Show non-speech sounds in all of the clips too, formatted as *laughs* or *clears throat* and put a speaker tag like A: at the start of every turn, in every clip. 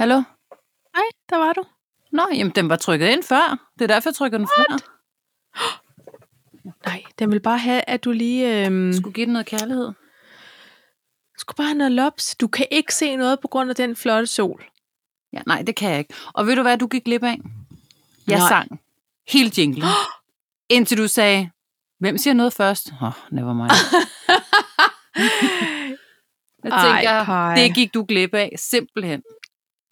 A: Hallo?
B: Hej, der var du.
A: Nå, jamen den var trykket ind før. Det er derfor, jeg trykker den før.
B: Nej, den vil bare have, at du lige... Øhm,
A: Mm. Skulle give den noget kærlighed.
B: skulle bare have noget lops. Du kan ikke se noget på grund af den flotte sol.
A: Ja, nej, det kan jeg ikke. Og ved du hvad, du gik glip af? Jeg
B: Nej.
A: sang hele
B: *gasps*
A: jinglen. Indtil du sagde, hvem siger noget først? Åh, oh, never
B: *laughs*
A: mind. jeg
B: Ej,
A: tænker,
B: Paj.
A: det gik du glip af, simpelthen.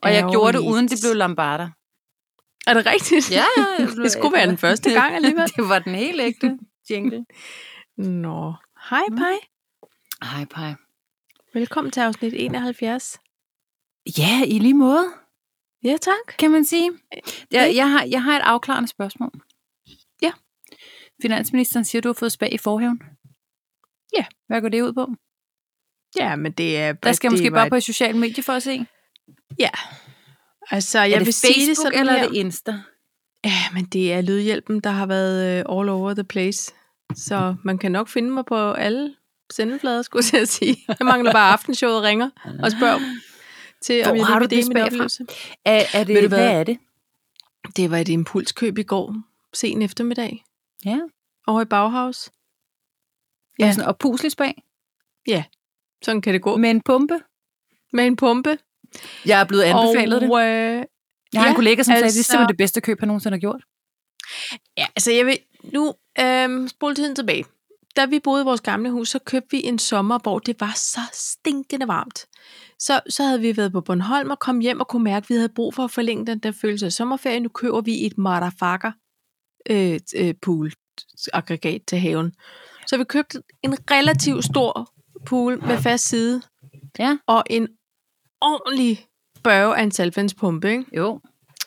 A: Og jeg gjorde det,
B: Ærgerligt.
A: uden det blev lambarder.
B: Er det rigtigt? *laughs*
A: jeg blev
B: det skulle være den
A: *laughs*
B: første gang alligevel.
A: det var den helt
B: *laughs*
A: ægte jingle.
B: Nå. Hej,
A: Mm.
B: Paj.
A: Hej, pej.
B: Velkommen til afsnit 71.
A: Ja, i lige måde,
B: Ja, tak.
A: kan man sige. Jeg, jeg, har, jeg har et afklarende spørgsmål.
B: Ja.
A: Finansministeren siger, du har fået spag i forhaven.
B: Ja.
A: Hvad går det ud på?
B: Ja, men det er...
A: Der skal jeg
B: det
A: måske
B: var
A: bare
B: et-
A: på et socialt medie for at se.
B: Altså, jeg
A: er det
B: vil
A: Facebook,
B: sige det sådan
A: eller
B: her.
A: er det Insta?
B: Ja, men det er Lydhjælpen, der har været øh, all over the place. Så man kan nok finde mig på alle sendeflader, skulle jeg til at sige. Jeg mangler bare aftenshowet ringer og
A: *laughs*
B: spørger til,
A: Hvor
B: om jeg
A: har
B: lige
A: du det
B: vil dele min
A: spag fra?
B: oplevelse.
A: Er, er det,
B: Ved du
A: hvad?
B: hvad?
A: er det?
B: Det var et impulskøb i går, sen eftermiddag,
A: Ja.
B: over i Bauhaus.
A: ja.
B: Ja.
A: Sådan, og puslespag
B: Sådan kan det gå.
A: med en pumpe.
B: Med en pumpe.
A: Jeg er blevet anbefalet og, det.
B: og, Øh,
A: Jeg har ja, en
B: ja,
A: kollega, som altså, sagde, det er
B: altså-
A: simpelthen det bedste køb, han nogensinde har gjort.
B: Ja, altså jeg vil nu øhm, spole tiden tilbage. Da vi boede i vores gamle hus, så købte vi en sommer, hvor det var så stinkende varmt. Så, så havde vi været på Bornholm og kom hjem og kunne mærke, at vi havde brug for at forlænge den der følelse af sommerferie. Nu køber vi et motherfucker øh, øh, pool aggregat til haven. Så vi købte en relativt stor pool med fast side
A: Ja.
B: og en ordentlig børge af en saltvandspumpe. Ikke,
A: Jo.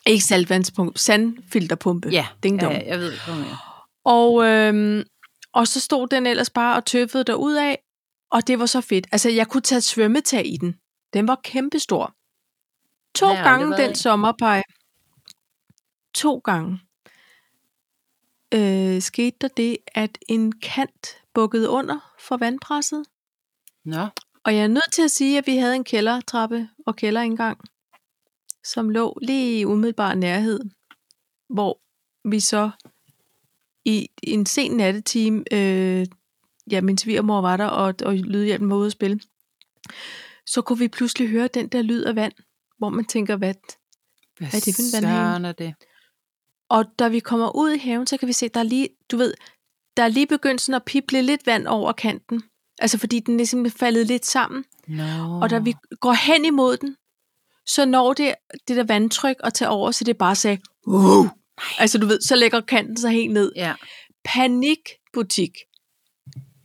B: ikke saltvandspumpe, sandfilterpumpe.
A: Ja.
B: Ding
A: ja
B: dong.
A: ja, jeg ved ikke, hvad mere.
B: Og, øhm, og så stod den ellers bare og tøffede derudad, og det var så fedt. Altså, jeg kunne tage et svømmetag i den. Den var kæmpestor. To
A: Den har jeg aldrig
B: gange
A: været
B: den
A: i.
B: sommerpej. To gange. Øh, skete der det, at en kant bukkede under for vandpresset.
A: Nå.
B: Og jeg er nødt til at sige, at vi havde en kældertrappe og kælderindgang, som lå lige i umiddelbar nærhed, hvor vi så i en sen nattetime, øh, ja, min svigermor var der, og, og lydhjælpen var ude at spille, så kunne vi pludselig høre den der lyd af vand, hvor man tænker, hvad?
A: Hvad
B: er det for en vandhane?
A: søren er det?
B: Og da vi kommer ud i haven, så kan vi se, der er lige, du ved, der er lige begyndt sådan at pible lidt vand over kanten. Altså fordi den ligesom er faldet lidt sammen.
A: No.
B: Og da vi går hen imod den, så når det, det der vandtryk at tage over, så det bare sagde, wow. Altså du ved, så lægger kanten sig helt ned. *laughs*
A: Ja.
B: Panikbutik.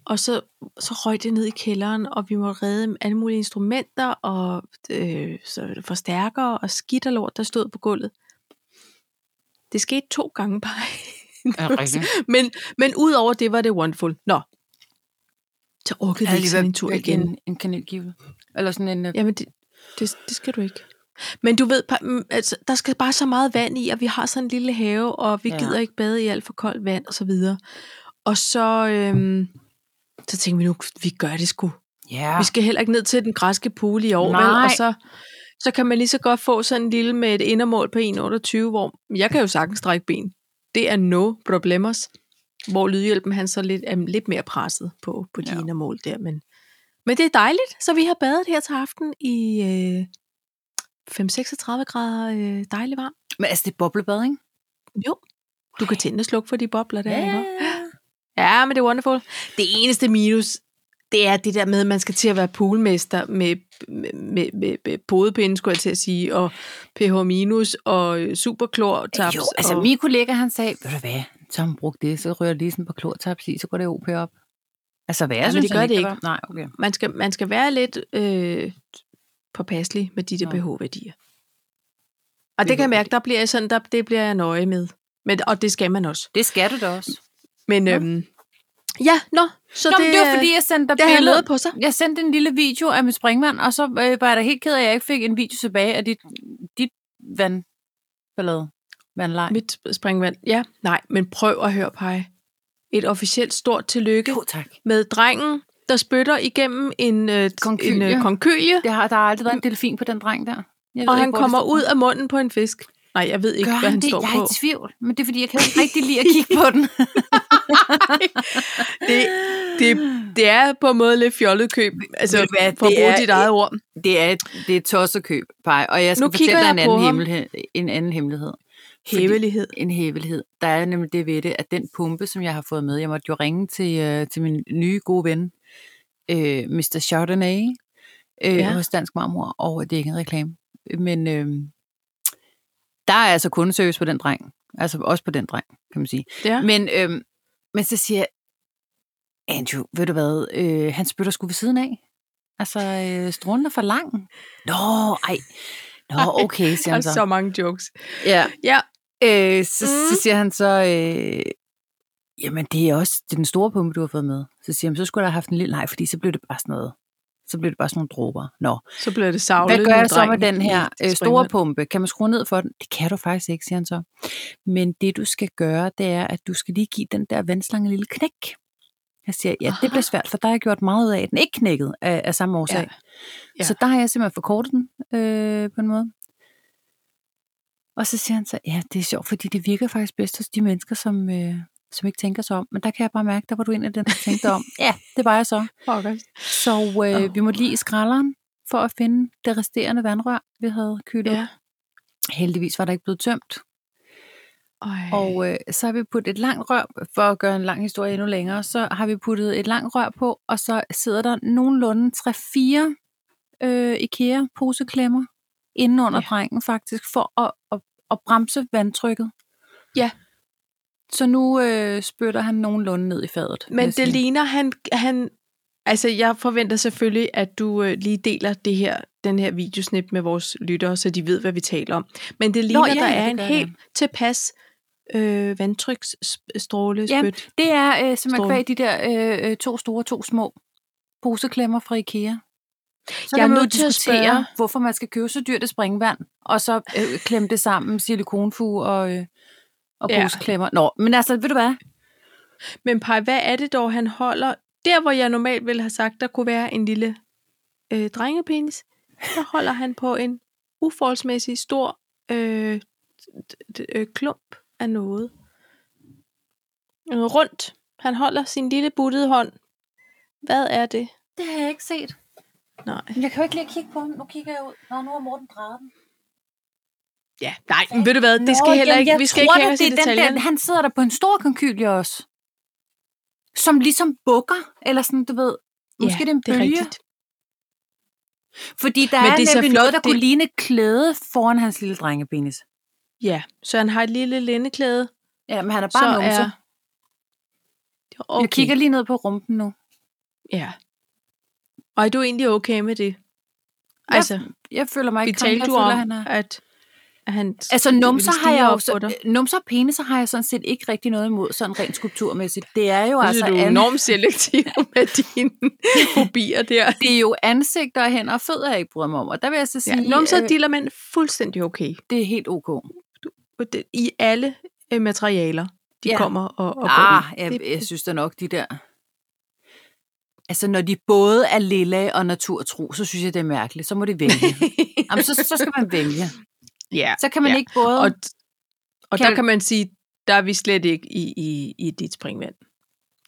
B: Og så, så røg det ned i kælderen, og vi må redde alle mulige instrumenter, og øh, så forstærkere og skidt og lort, der stod på gulvet. Det skete to gange bare. *laughs*
A: Er rigtigt?
B: men, men ud over det var det wonderful. Nå. Så orkede vi ikke sådan en tur igen.
A: En, en kanelgivel. Eller sådan en... øh,
B: Jamen, det, det, det skal du ikke. Men du ved, pa- mm, altså, der skal bare så meget vand i, og vi har sådan en lille have, og vi
A: Ja.
B: ja. gider ikke bade i alt for koldt vand og så videre. Og så, øhm, så tænkte vi nu, vi gør det sgu.
A: Ja.
B: Vi skal heller ikke ned til den græske pool i år, vel?
A: Ah. Nej.
B: Og så, så kan man lige så godt få sådan en lille med et indermål på 1,28, hvor jeg kan jo sagtens strække ben. Det er no problemos. Hvor lydhjælpen han så lidt, er lidt mere presset på, på de
A: Ja.
B: ja. indermål der. Men, men det er dejligt, så vi har badet her til aften i øh, 5-36 grader øh, dejlig varm.
A: Men altså, det er boblebad, ikke?
B: Jo, du kan tænde og slukke for de bobler der. ikke?
A: ja.
B: Ja, men det er wonderful. Det eneste minus, det er det der med, at man skal til at være poolmester med, med, med, med, med podepinde, skulle jeg til at sige, og pH minus og øh, superklortaps.
A: Jo, altså
B: og,
A: min kollega, han sagde, ved du hvad, så har hun brugt det, så rører jeg lige sådan et par klortaps i, så går det OP op. Altså, hvad jeg
B: men
A: synes,
B: det gør
A: han
B: det
A: der var- Nej, okay.
B: man, skal, man skal være lidt øh, påpasselig med de der
A: Nå.
B: pH-værdier. Og det kan jeg mærke, der bliver jeg sådan, der, det bliver jeg nøje med. Men, og det skal man også.
A: Det skal du da også.
B: Men øhm, ja, nå. Så
A: Så Nå, det, men det var,
B: øh,
A: fordi jeg sendte dig
B: det har
A: billede.
B: noget på sig.
A: Jeg sendte en lille video af min springvand, og så øh, var jeg da helt ked af, at jeg ikke fik en video tilbage af dit, dit vandballade. Vandlej.
B: Mit springvand. Ja, nej, men prøv at høre, Paj. Et officielt stort tillykke
A: Jo, tak.
B: med drengen, der spytter igennem en, øh,
A: Konkylie.
B: en øh, konkylie.
A: Det har, der har aldrig været en delfin på den dreng der. Jeg ved
B: og
A: ikke,
B: han
A: hvor det
B: kommer
A: står.
B: ud af munden på en fisk. Nej, jeg ved ikke,
A: Gør han
B: hvad han
A: det?
B: står
A: Jeg
B: på.
A: er i tvivl, men det er fordi, jeg kan ikke rigtig lide at kigge på *laughs* den.
B: Det, det, det er på en måde lidt fjollet køb, altså
A: Ved du hvad,
B: for at
A: det
B: bruge
A: er
B: dit eget ord.
A: Det er et, det er et tossekøb, Paj, og jeg skal
B: Nu
A: nu
B: kigger
A: fortælle dig en
B: jeg på
A: anden,
B: ham.
A: hemmelighed, en anden hemmelighed. Fordi-
B: Hævelighed.
A: En hævelighed. Der er nemlig det ved det, at den pumpe, som jeg har fået med, jeg måtte jo ringe til, øh, til min nye gode ven, øh, Mr. Chardonnay, øh,
B: Ja.
A: ja. hos Dansk Marmor, og det er ikke en reklame. Men øh, der er altså kundeservice på den dreng. Altså også på den dreng, kan man sige.
B: Ja.
A: Men, øhm, men så siger jeg, Andrew, ved du hvad, øh, han spytter sgu ved siden af. Altså, øh, strålen er for lang. Nå, ej. Nå, okay, siger
B: Der er
A: han
B: så
A: så.
B: mange jokes.
A: Ja.
B: Ja,
A: Øh, så, mm.
B: Mm.
A: så siger han så, øh, jamen det er også det er den store pumpe, du har fået med. Så siger han, så skulle jeg da have haft en lille, nej, fordi så blev det bare sådan noget. Så blev det bare sådan nogle dråber. Nå,
B: så bliver det savlet.
A: hvad gør jeg så med den her øh, store pumpe? Kan man skrue ned for den? Det kan du faktisk ikke, siger han så. Men det du skal gøre, det er, at du skal lige give den der vandslange en lille knæk. Jeg siger, ja, det
B: Aha.
A: bliver svært, for der har jeg gjort meget ud af, at den ikke knækkede af, af samme årsag.
B: Ja. Ja.
A: Ja. Så der har jeg simpelthen forkortet den øh, på en måde. Og så siger han så, ja, det er sjovt, fordi det virker faktisk bedst hos de mennesker, som, øh, som ikke tænker sig om. Men der kan jeg bare mærke, der var du en af dem, der tænkte *laughs* om. ja, det var jeg så.
B: Fuckers.
A: Så øh,
B: Åh.
A: oh. vi måtte lige i skralderen for at finde det resterende vandrør, vi havde kølet.
B: Ja.
A: Ja. Heldigvis var der ikke blevet tømt.
B: Ej.
A: Og øh, så har vi puttet et langt rør, for at gøre en lang historie endnu længere, så har vi puttet et langt rør på, og så sidder der nogenlunde 3-4 øh, IKEA-poseklemmer inden under
B: Ja.
A: ja. drengen faktisk, for at, at, at bremse vandtrykket.
B: Ja.
A: Så nu øh, spytter han nogenlunde ned i fadet. vil
B: Men
A: jeg
B: det
A: sige.
B: ligner, han, han... Altså, jeg forventer selvfølgelig, at du øh, lige deler det her, den her videosnip med vores lyttere, så de ved, hvad vi taler om. Men det ligner, Nå,
A: ja,
B: ja, der
A: ja,
B: er
A: det
B: en
A: gør
B: helt tilpas øh, vandtryksstråle
A: Ja,
B: spyt.
A: Det er øh, simpelthen
B: Strålen.
A: kvæg de der øh, øh, to store, to små poseklemmer fra Ikea. Så
B: Jeg
A: jeg
B: er
A: kan man jo
B: nødt til at
A: diskutere,
B: spørge-
A: hvorfor man skal købe så dyrt et springvand, og så øh, klemme det sammen med silikonfuge og, øh, og
B: Ja.
A: poseklemmer. Nå, men altså, ved du hvad?
B: Men Paj, hvad er det dog, han holder? Der, hvor jeg normalt ville have sagt, der kunne være en lille øh, drengepenis, der holder han på en uforholdsmæssig stor øh, d- d- øh, klump af noget. Noget rundt. Han holder sin lille buttede hånd. Hvad er det?
A: Det har jeg ikke set.
B: Nej.
A: Jeg kan jo ikke lige kigge på den. Nu kigger jeg ud. Nå, nu har Morten drejet den.
B: Ja, nej, men ved du hvad, det skal heller ikke, vi skal ikke have os i
A: det er den
B: detaljen.
A: der, han sidder der på en stor konkylie også. Som ligesom bukker, eller sådan, du ved, måske det er en
B: det er
A: bølge.
B: rigtigt.
A: Fordi der
B: Men
A: Men er
B: det er så
A: nemlig
B: flot,
A: noget, der
B: det-
A: det... kunne ligne et klæde foran hans lille drengepenis.
B: Ja, så han har et lille lindeklæde.
A: Ja, men han er
B: så
A: bare numse.
B: er...
A: Er... Okay. Jeg kigger lige ned på rumpen nu.
B: Ja. Og er du egentlig okay med det? Altså,
A: Jeg føler mig
B: vi
A: ikke krænket.
B: talte
A: Jeg
B: du
A: føler,
B: om,
A: han er...
B: at, at han...
A: Altså numser har jeg jo
B: Så,
A: så, numser og peniser har jeg sådan set ikke rigtig noget imod, sådan rent skulpturmæssigt. Det er jo altså
B: altså, du er
A: an-
B: enormt
A: *laughs*
B: selektiv med dine fobier der.
A: det er jo ansigter og hænder og fødder, jeg ikke bryder mig om. Og der vil jeg så sige,
B: Ja, numser
A: øh,
B: øh, deler man fuldstændig okay.
A: det er helt ok.
B: Og det- I alle øh, materialer, de ja.
A: Ja.
B: kommer og, og
A: Ah,
B: går i. *laughs*
A: jeg,
B: Det-
A: jeg synes da nok, de der... Altså, når de både er lilla og naturtro, så synes jeg, det er mærkeligt. Så må de vælge. Jamen, så, så skal man vælge.
B: ja.
A: Så kan man
B: Ja.
A: ja. ikke både...
B: Og, og
A: Kan
B: der
A: du-
B: kan man sige, der er vi slet ikke i, i, i dit springvand.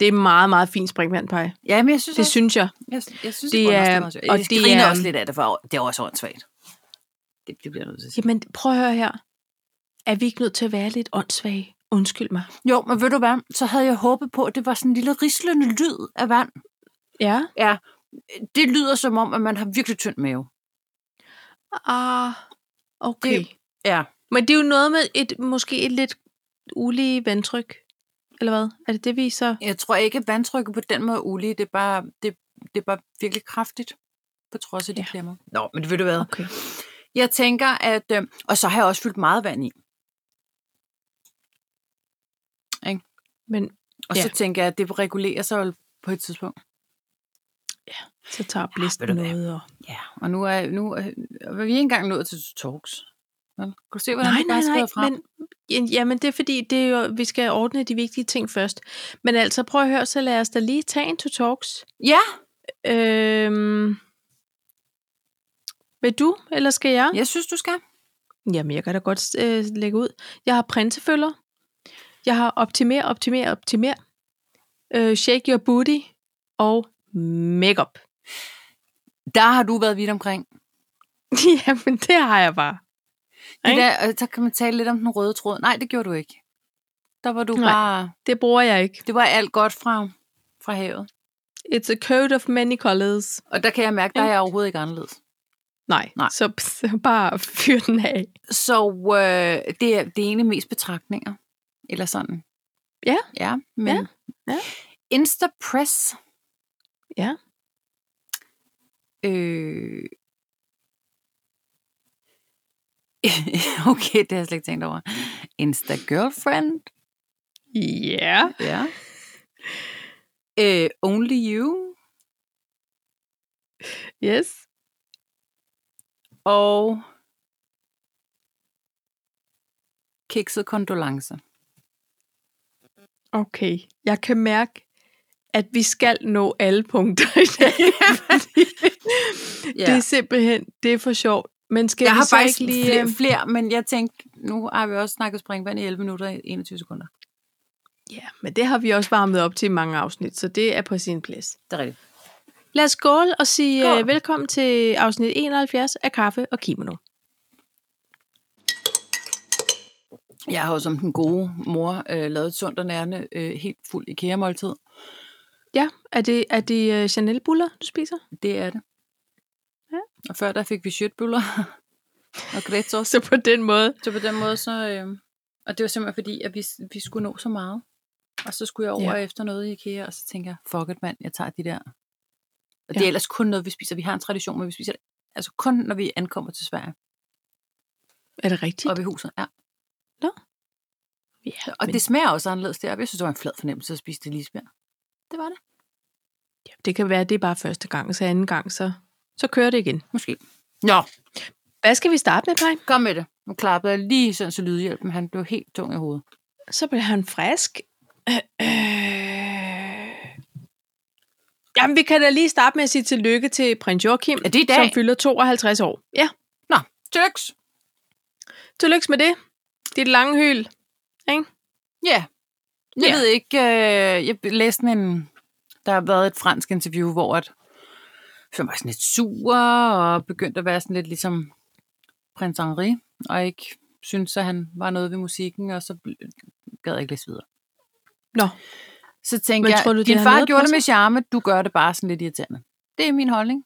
B: Det er meget, meget fint springvand, Paj.
A: ja, men jeg synes,
B: Det
A: også,
B: synes jeg.
A: jeg, jeg synes
B: det
A: det er,
B: er-
A: også, det er,
B: og
A: og jeg
B: det
A: det griner
B: er-
A: er, også lidt af det, for det er også åndssvagt. Det, det bliver jeg nødt til at sige.
B: Jamen, prøv at høre her. Er vi ikke nødt til at være lidt åndssvage? Undskyld mig.
A: Jo, men ved du hvad, så havde jeg håbet på, at det var sådan en lille rislende lyd af vand.
B: Ja.
A: Ja, det lyder som om, at man har virkelig tynd mave.
B: Ah, okay. Det,
A: Ja.
B: men det er jo noget med et måske et lidt ulige vandtryk, eller hvad? Er det det, vi så...
A: Jeg tror ikke, at vandtrykket på den måde er ulige. Det er bare, det, det er bare virkelig kraftigt, på trods af de
B: Ja.
A: ja. klemmer. Nå, men ved du hvad?
B: Okay.
A: Jeg tænker, at... Øh, og så har jeg også fyldt meget vand i.
B: Men
A: Og
B: Ja.
A: ja. så tænker jeg, at det regulerer sig jo på et tidspunkt.
B: så tager
A: ved
B: blæsten
A: du hvad?
B: noget og...
A: Ja, og nu er, nu er, er vi ikke engang nået til talks. Vel? Kan du se, hvordan
B: nej,
A: det bare
B: nej,
A: skrider
B: nej,
A: frem?
B: men... ja, Jamen, det er fordi, det er jo, vi skal ordne de vigtige ting først. Men altså, prøv at høre, så lad os da lige tage en to talks.
A: Ja,
B: Øhm, Vil du, eller skal jeg?
A: Jeg synes, du skal.
B: Jamen, jeg kan da godt øh, lægge ud. Jeg har printefølger. Jeg har optimer, optimer, optimer. Øh, shake your booty. Og makeup. *laughs*
A: Der har du været vidt omkring.
B: Jamen, det har jeg bare.
A: Det
B: Ikke?
A: der, og så kan man tale lidt om den røde tråd. Nej, det gjorde du ikke. Der var du
B: Nej.
A: Nej. bare...
B: Det bruger jeg ikke.
A: Det var alt godt fra, fra havet.
B: It's a coat of many colors.
A: Og der kan jeg mærke, der er
B: Ikke?
A: jeg overhovedet ikke anderledes.
B: Nej,
A: Nej.
B: Så, *laughs* så bare fyr den af.
A: Så øh, det, er, det er egentlig mest betragtninger. Eller sådan.
B: Ja.
A: Ja, men...
B: Ja, ja.
A: Instapress.
B: Ja.
A: Øh... *laughs* okay, det har jeg slet ikke tænkt over. Insta-girlfriend.
B: Ja. Yeah.
A: Ja. Øh, only you.
B: Yes.
A: og kikset kondolence.
B: Okay. Jeg kan mærke, at vi skal nå alle punkter i
A: *laughs*
B: dag. *laughs*
A: Ja.
B: ja. Det er simpelthen, det er for sjovt. Men skal
A: Jeg
B: vi
A: har
B: så
A: faktisk
B: ikke
A: lige... øhm?
B: lige... øh,
A: flere, flere, men jeg tænkte, nu har vi også snakket springvand i 11 minutter og 21 sekunder.
B: Ja, men det har vi også varmet op til i mange afsnit, så det er på sin plads.
A: Det er rigtigt.
B: Lad os skåle og sige
A: Skål.
B: øh, velkommen til afsnit 71 af Kaffe og Kimono.
A: Jeg har jo som den gode mor øh, lavet et sundt og nærende øh, helt fuld IKEA-måltid.
B: Ja, er det, er det øh, Chanel-buller, du spiser?
A: Det er det.
B: Ja.
A: Og før der fik vi shirtbøller *laughs* og grætsås.
B: Så på den måde.
A: Så på den måde så... Øh, og det var simpelthen fordi, at vi, vi skulle nå så meget. Og så skulle jeg over ja. efter noget i IKEA, og så tænker jeg, fuck it mand, jeg tager de der. Og det ja.
B: Ja.
A: er ellers kun noget, vi spiser. Vi har en tradition, men vi spiser det altså kun, når vi ankommer til Sverige.
B: Er det rigtigt?
A: Oppe i huset, ja.
B: Ja,
A: Og
B: men,
A: det smager også anderledes deroppe. Jeg synes, det var en flad fornemmelse at spise det i Lisbjerg. Det var det.
B: ja, det kan være, at det er bare første gang, så anden gang, så, så kører det igen.
A: Måske. Nå,
B: Hvad skal vi starte med, Paj?
A: kom med det. Nu klappede jeg lige sådan, så lydhjælpen, han blev helt tung i hovedet.
B: Så bliver han frisk. Øh, øh. Jamen, vi kan da lige starte med at sige tillykke til prins Joachim,
A: Er det i dag?
B: som fylder 52 år. Ja,
A: Nå, tillykke.
B: tillykke med det. Det er et lange hyl.
A: Ja. Jeg
B: Ja.
A: ved ikke, øh, jeg læste sådan en, der har været et fransk interview, hvor at, som var sådan lidt sur og begyndte at være sådan lidt ligesom prins Henri, og ikke syntes, at han var noget ved musikken, og så bl- gad jeg ikke læse videre.
B: Nå,
A: Så tænkte
B: Men
A: jeg,
B: tror du, det
A: din
B: har
A: far
B: noget
A: gjorde
B: på
A: det
B: sig?
A: med charme, du gør det bare sådan lidt irriterende. Det er min holdning.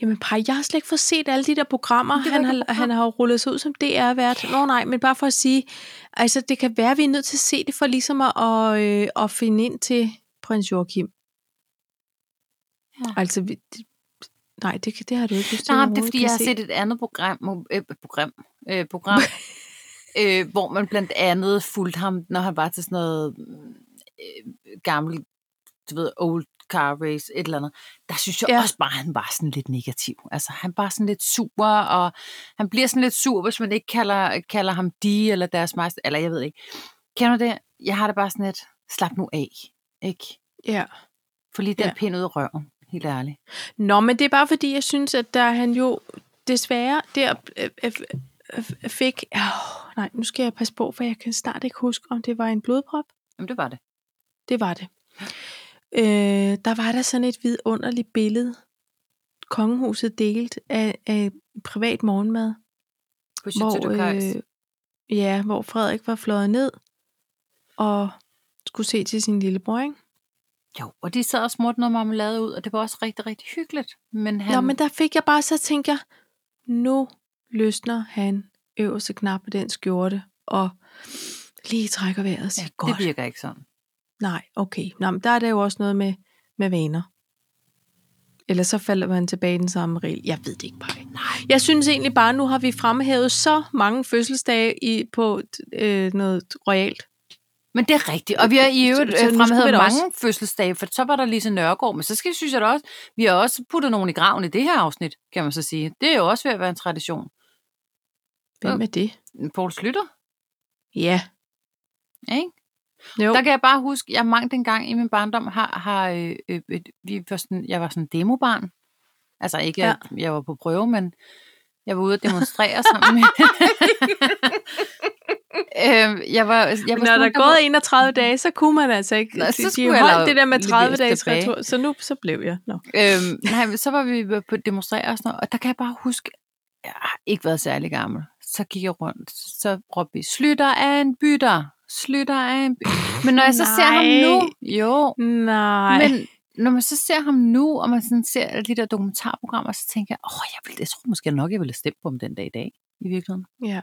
B: jamen Paj, jeg har slet ikke fået set alle de der programmer,
A: Det var
B: han
A: ikke
B: har,
A: et program.
B: han har jo rullet sig ud som DR-vært. Nå nej, men bare for at sige, altså det kan være, at vi er nødt til at se det for ligesom at, at, øh, at finde ind til prins Joachim.
A: Ja.
B: Altså, vi, det, nej, det, kan- det har du ikke lyst til.
A: Nej, det er
B: overhovedet,
A: fordi,
B: kan
A: jeg har
B: se.
A: set et andet program, øh, program, øh,
B: *laughs*
A: program øh, hvor man blandt andet fulgte ham, når han var til sådan noget øh, gammel, du ved, old car race, et eller andet. Der synes jeg ja.
B: Ja.
A: også bare, at han var sådan lidt negativ. Altså, han var sådan lidt sur, og han bliver sådan lidt sur, hvis man ikke kalder, kalder ham de, eller deres majest, eller jeg ved ikke. Kender du det? Jeg har det bare sådan lidt, slap nu af, ikke?
B: Ja.
A: For lige den
B: Ja.
A: ja. pind ud af røven, helt ærligt.
B: Nå, men det er bare fordi, jeg synes, at der er han jo desværre der øh, øh, øh, fik... Øh, nej, nu skal jeg passe på, for jeg kan snart ikke huske, om det var en blodprop.
A: Jamen, det var det.
B: Det var det. Øh, der var der sådan et vidunderligt billede, kongehuset delt af, af privat morgenmad.
A: På Chateau øh,
B: ja, hvor Frederik var fløjet ned og skulle se til sin lillebror, ikke?
A: Jo, og de sad og smurte noget marmelade ud, og det var også rigtig, rigtig hyggeligt. Men han...
B: Nå, men der fik jeg bare så tænkt, jeg, nu løsner han øverste knap på den skjorte, og lige trækker vejret og siger,
A: ja,
B: ja, godt,
A: det virker ikke sådan.
B: nej, okay. Nå, men der er der jo også noget med, med vaner. Eller så falder man tilbage i den samme regel. Jeg ved det ikke, Paj. Jeg synes egentlig bare, nu har vi fremhævet så mange fødselsdage i, på øh, noget royalt.
A: Men det er rigtigt, og vi har i øvrigt
B: Så- så nu
A: øh,
B: skulle vi
A: fremhævet
B: da
A: mange fødselsdage, for så var der Lise Nørgaard, men så skal, synes jeg da også, vi har også puttet nogen i graven i det her afsnit, kan man så sige. Det er jo også ved at være en tradition.
B: Hvem er det?
A: Poul Slytter,
B: Ja.
A: ikke?
B: Jo.
A: Der kan jeg bare huske, jeg mangt en gang i min barndom har, har øh, øh, øh, vi var sådan, jeg var sådan demobarn, Altså ikke,
B: Ja.
A: ja. at jeg var på prøve, men jeg var ude at
B: *laughs*
A: demonstrere sammen med... øhm, jeg var, jeg var
B: Men når der er gået 31 dage, så kunne man altså ikke.
A: Nå,
B: de-
A: så
B: de
A: skulle jeg
B: holdt
A: lave-
B: det der med
A: leveres
B: 30 dages
A: tilbage.
B: retur, så nu så blev jeg. Nå.
A: øhm, nej, men så var vi på at demonstrere og sådan noget, og der kan jeg bare huske, jeg har ikke været særlig gammel. Så gik jeg rundt, så råbte vi, Slytter er en bytter, Slytter er en bytter. Men når jeg så ser ham nu, jo,
B: Nej. Men,
A: men når man så ser ham nu, og man sådan ser alle de der dokumentarprogrammer, så tænker jeg, åh, jeg, ville, jeg tror måske nok, jeg ville stemme på ham den dag i dag, i virkeligheden.
B: ja.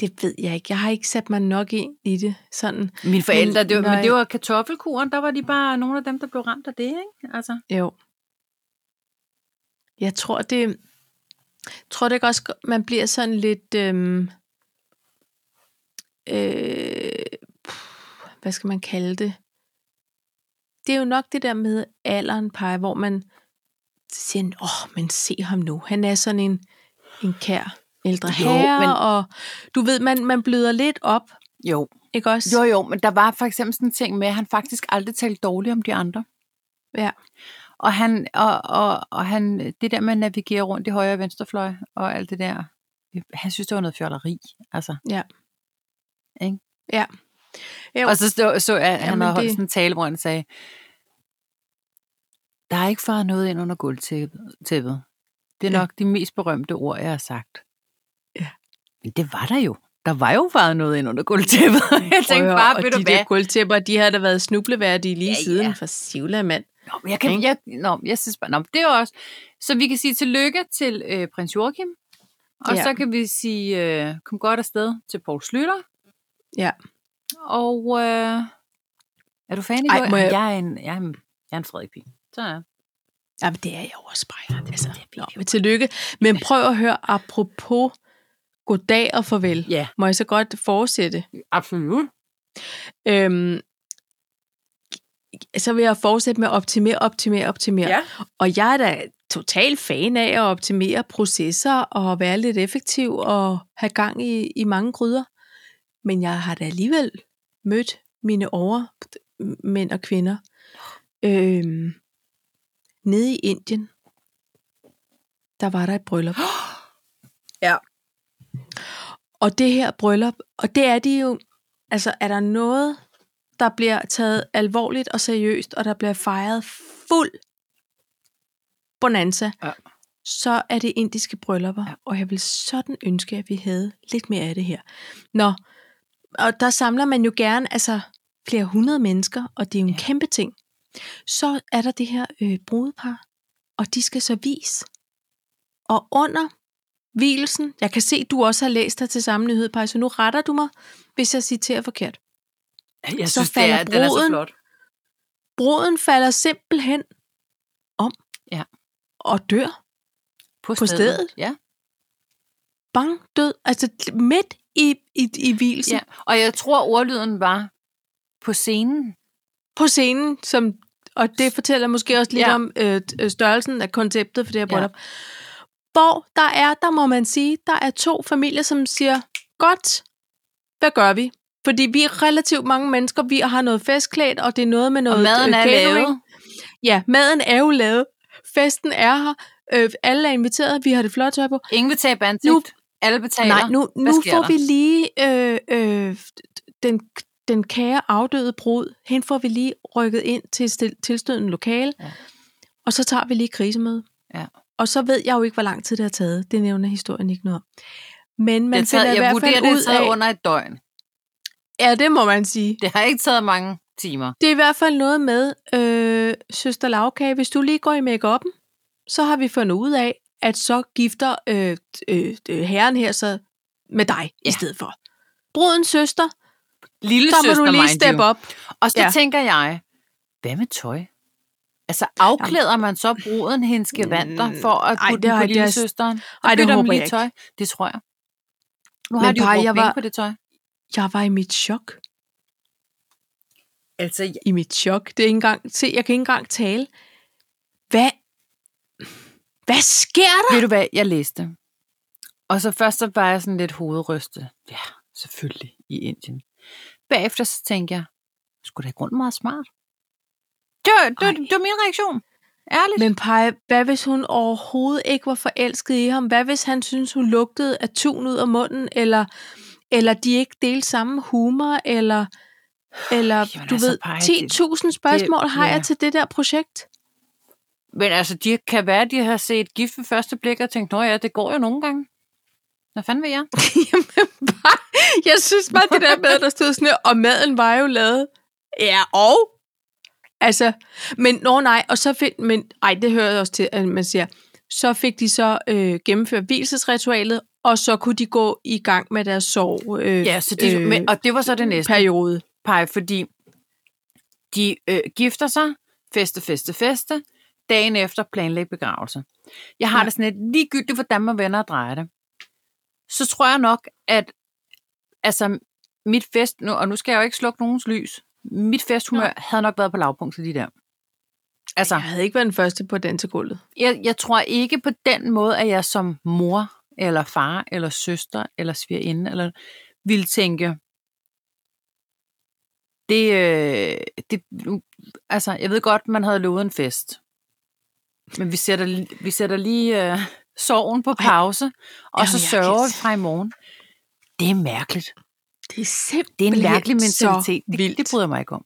B: Det ved jeg ikke. Jeg har ikke sat mig nok ind i det. Sådan.
A: Mine forældre, det var,
B: nej.
A: men det var kartoffelkuren, der var de bare nogle af dem, der blev ramt af det, ikke? Altså.
B: Jo. Jeg tror, det... Tror det ikke også, man bliver sådan lidt... Øhm, øh, puh, hvad skal man kalde det? Det er jo nok det der med alderen, Paj, hvor man siger, åh, men se ham nu. Han er sådan en, en kær ældre
A: Jo,
B: herre, men...
A: men-
B: og du ved, man, man bløder lidt op,
A: Jo,
B: ikke også?
A: Jo, jo, men der var for eksempel sådan en ting med, at han faktisk aldrig talte dårligt om de andre.
B: Ja.
A: Og, han, og, og, og han, det der med at navigere rundt i højre og venstrefløj og alt det der, øh, han synes, det var noget fjolleri. Altså.
B: Ja.
A: Ikke?
B: Ja. Jo.
A: Og så stå, så jeg, at han
B: Jamen,
A: havde holdt
B: det-
A: sådan en tale, hvor han sagde, der er ikke faret noget ind under gulvtæppet. Det er
B: Ja.
A: nok de mest berømte ord, jeg har sagt.
B: Ja.
A: Men det var der jo. Der var jo faret noget ind under gulvtæppet. *laughs* Jeg tænkte
B: Prøv at høre,
A: bare, ved
B: og
A: du
B: de
A: hvad?
B: der gulvtæpper, de har da været snubleværdige lige
A: Ja,
B: ja,
A: ja.
B: siden for Sivla, mand.
A: Nå, men jeg, kan,
B: Ikke?
A: jeg, nå, men jeg synes bare, nå, men det er også... Så vi kan sige tillykke til øh, prins Joachim, og
B: Ja.
A: ja. så kan vi sige, øh, kom godt afsted til Poul Slytter.
B: Ja.
A: Og øh, er du fan i
B: Ej,
A: Ej,
B: må
A: jeg...
B: jeg-
A: Jeg, er en, jeg, er en, jeg er en Frederik Pien. Så er jeg.
B: Jamen, det er jeg også, Maja. Altså, nå, men tillykke. Men prøv at høre, apropos goddag og farvel.
A: Ja,
B: Må jeg så godt fortsætte?
A: absolut.
B: Øhm, så vil jeg fortsætte med at optimere, optimere, optimere. Og jeg er da total fan af at optimere processer og være lidt effektiv og have gang i, i mange gryder. Men jeg har da alligevel mødt mine overmænd og kvinder øhm, nede i Indien. Der var der et bryllup.
A: Ja.
B: Og det her bryllup, og det er de jo, altså er der noget, der bliver taget alvorligt og seriøst, og der bliver fejret fuld bonanza,
A: Ja.
B: så er det indiske bryllupper, ja. og jeg vil sådan ønske, at vi havde lidt mere af det her. Nå, og der samler man jo gerne altså flere hundrede mennesker, og det er jo en ja.
A: Ja.
B: kæmpe ting. Så er der det her øh, brudepar, og de skal så vis. Og under hvilesen, jeg kan se, du også har læst dig til samme nyhed, Paj, så nu retter du mig, hvis jeg citerer forkert.
A: Jeg
B: Så
A: synes, det er,
B: falder
A: den er så
B: bruden-
A: flot.
B: Bruden falder simpelthen om
A: Ja.
B: og dør. På stedet?
A: Ja.
B: bang død, altså midt i, i, i hvilsen
A: ja.
B: ja.
A: Og jeg tror, ordlyden var på scenen.
B: på scenen, som, og det fortæller måske også lidt ja.
A: Ja.
B: om øh, t- øh, størrelsen af konceptet for det her
A: Ja.
B: bryllup. Ja. Hvor der er, der må man sige, der er to familier, som siger, godt, hvad gør vi? Fordi vi er relativt mange mennesker, vi har noget festklædt, og det er noget med noget
A: Og maden
B: øh,
A: er
B: catering.
A: lavet.
B: Ja, maden er jo lavet. Festen er her. Øh, alle er inviteret. Vi har det flot tøj på.
A: Ingen vil tabe ansigt.
B: Nu-
A: Alle betaler.
B: Nej, nu,
A: Hvad
B: nu
A: sker
B: får
A: der?
B: vi lige øh, øh, den, den kære afdøde brud, hende får vi lige rykket ind til et stil- tilstødende lokale, ja.
A: Ja.
B: og så tager vi lige krisemøde.
A: Ja.
B: Og så ved jeg jo ikke, hvor lang tid det har taget. Det nævner historien ikke noget om. Men man
A: det taget,
B: finder i
A: jeg
B: hvert
A: vurderer,
B: fald
A: det er
B: ud
A: taget
B: af...
A: under et døgn.
B: Ja, det må man sige.
A: Det har ikke taget mange timer.
B: Det er i hvert fald noget med, øh, søster Lavkage, hvis du lige går i make så har vi fundet ud af, at så gifter øh, øh, øh, herren her så med dig ja. i
A: Ja.
B: stedet for. Brudens søster,
A: Lille
B: så må
A: søster,
B: du lige
A: mind
B: steppe
A: you.
B: op.
A: Og så
B: Ja.
A: ja. tænker jeg, hvad med tøj? Altså afklæder man så bruden hendes gevanter
B: Mm,
A: for at
B: ej,
A: putte
B: det
A: den
B: har
A: på
B: jeg-
A: lille søsteren?
B: Ej, det
A: Bytter dem
B: håber
A: lige
B: jeg ikke.
A: tøj? Det tror jeg. Nu
B: Men
A: har de jo
B: Paj,
A: brugt
B: jeg
A: penge
B: var-
A: på det tøj.
B: Jeg var i mit chok.
A: Altså, jeg,
B: I mit chok. Det er ikke engang, se, jeg kan ikke engang tale. Hvad? Hvad sker der?
A: ved du hvad, jeg læste. Og så først så var jeg sådan lidt hovedrystet. Ja, selvfølgelig i Indien. Bagefter så tænkte jeg, skulle da i grunden meget smart. Det var, det, var,
B: Ej.
A: det var min reaktion. Ærligt?
B: Men Paj, hvad hvis hun overhovedet ikke var forelsket i ham? Hvad hvis han synes hun lugtede af tun ud af munden, eller, eller de ikke delte samme humor, eller, eller
A: Jamen
B: du
A: altså,
B: ved,
A: Paj, det-
B: 10.000 spørgsmål det,
A: det-
B: har
A: ja.
B: jeg til det der projekt.
A: Men altså, de kan være, at de har set gift ved første blik og tænkt, nå ja, det går jo nogle gange. Hvad fanden ved jeg?
B: *laughs* Jamen, bare, jeg synes bare, det der med, der stod sådan her, og maden var jo lavet. Ja, og? Altså, men, nå nej, og så fik, men, ej, det hører jeg også til, at man siger, så fik de så øh, gennemført hvilesesritualet, og så kunne de gå i gang med deres sorg. Øh,
A: Ja, så de, øh, men, og det var så det næste,
B: Periode.
A: Paj, fordi de øh, gifter sig, feste, feste, feste, dagen efter planlæg begravelse. Jeg har
B: Ja.
A: ja. det sådan lidt ligegyldigt, hvordan man vender og drejer det. Så tror jeg nok, at altså, mit fest, nu, og nu skal jeg jo ikke slukke nogens lys, mit festhumør
B: Nej.
A: havde nok været på lavpunktet lige der. Altså,
B: Jeg havde ikke været den første på dansegulvet.
A: jeg, jeg tror ikke på den måde, at jeg som mor, eller far, eller søster, eller svigerinde, eller ville tænke, det, øh, det, nu- altså, jeg ved godt, man havde lovet en fest. Men vi sætter, li- vi sætter lige øh, sorgen på pause, og
B: Jamen,
A: så
B: jeg
A: sørger
B: kan-
A: vi fra i morgen. Det er mærkeligt.
B: Det er simpelthen
A: Det er en mærkelig
B: så
A: mentalitet. Det,
B: vildt.
A: det bryder jeg mig ikke om.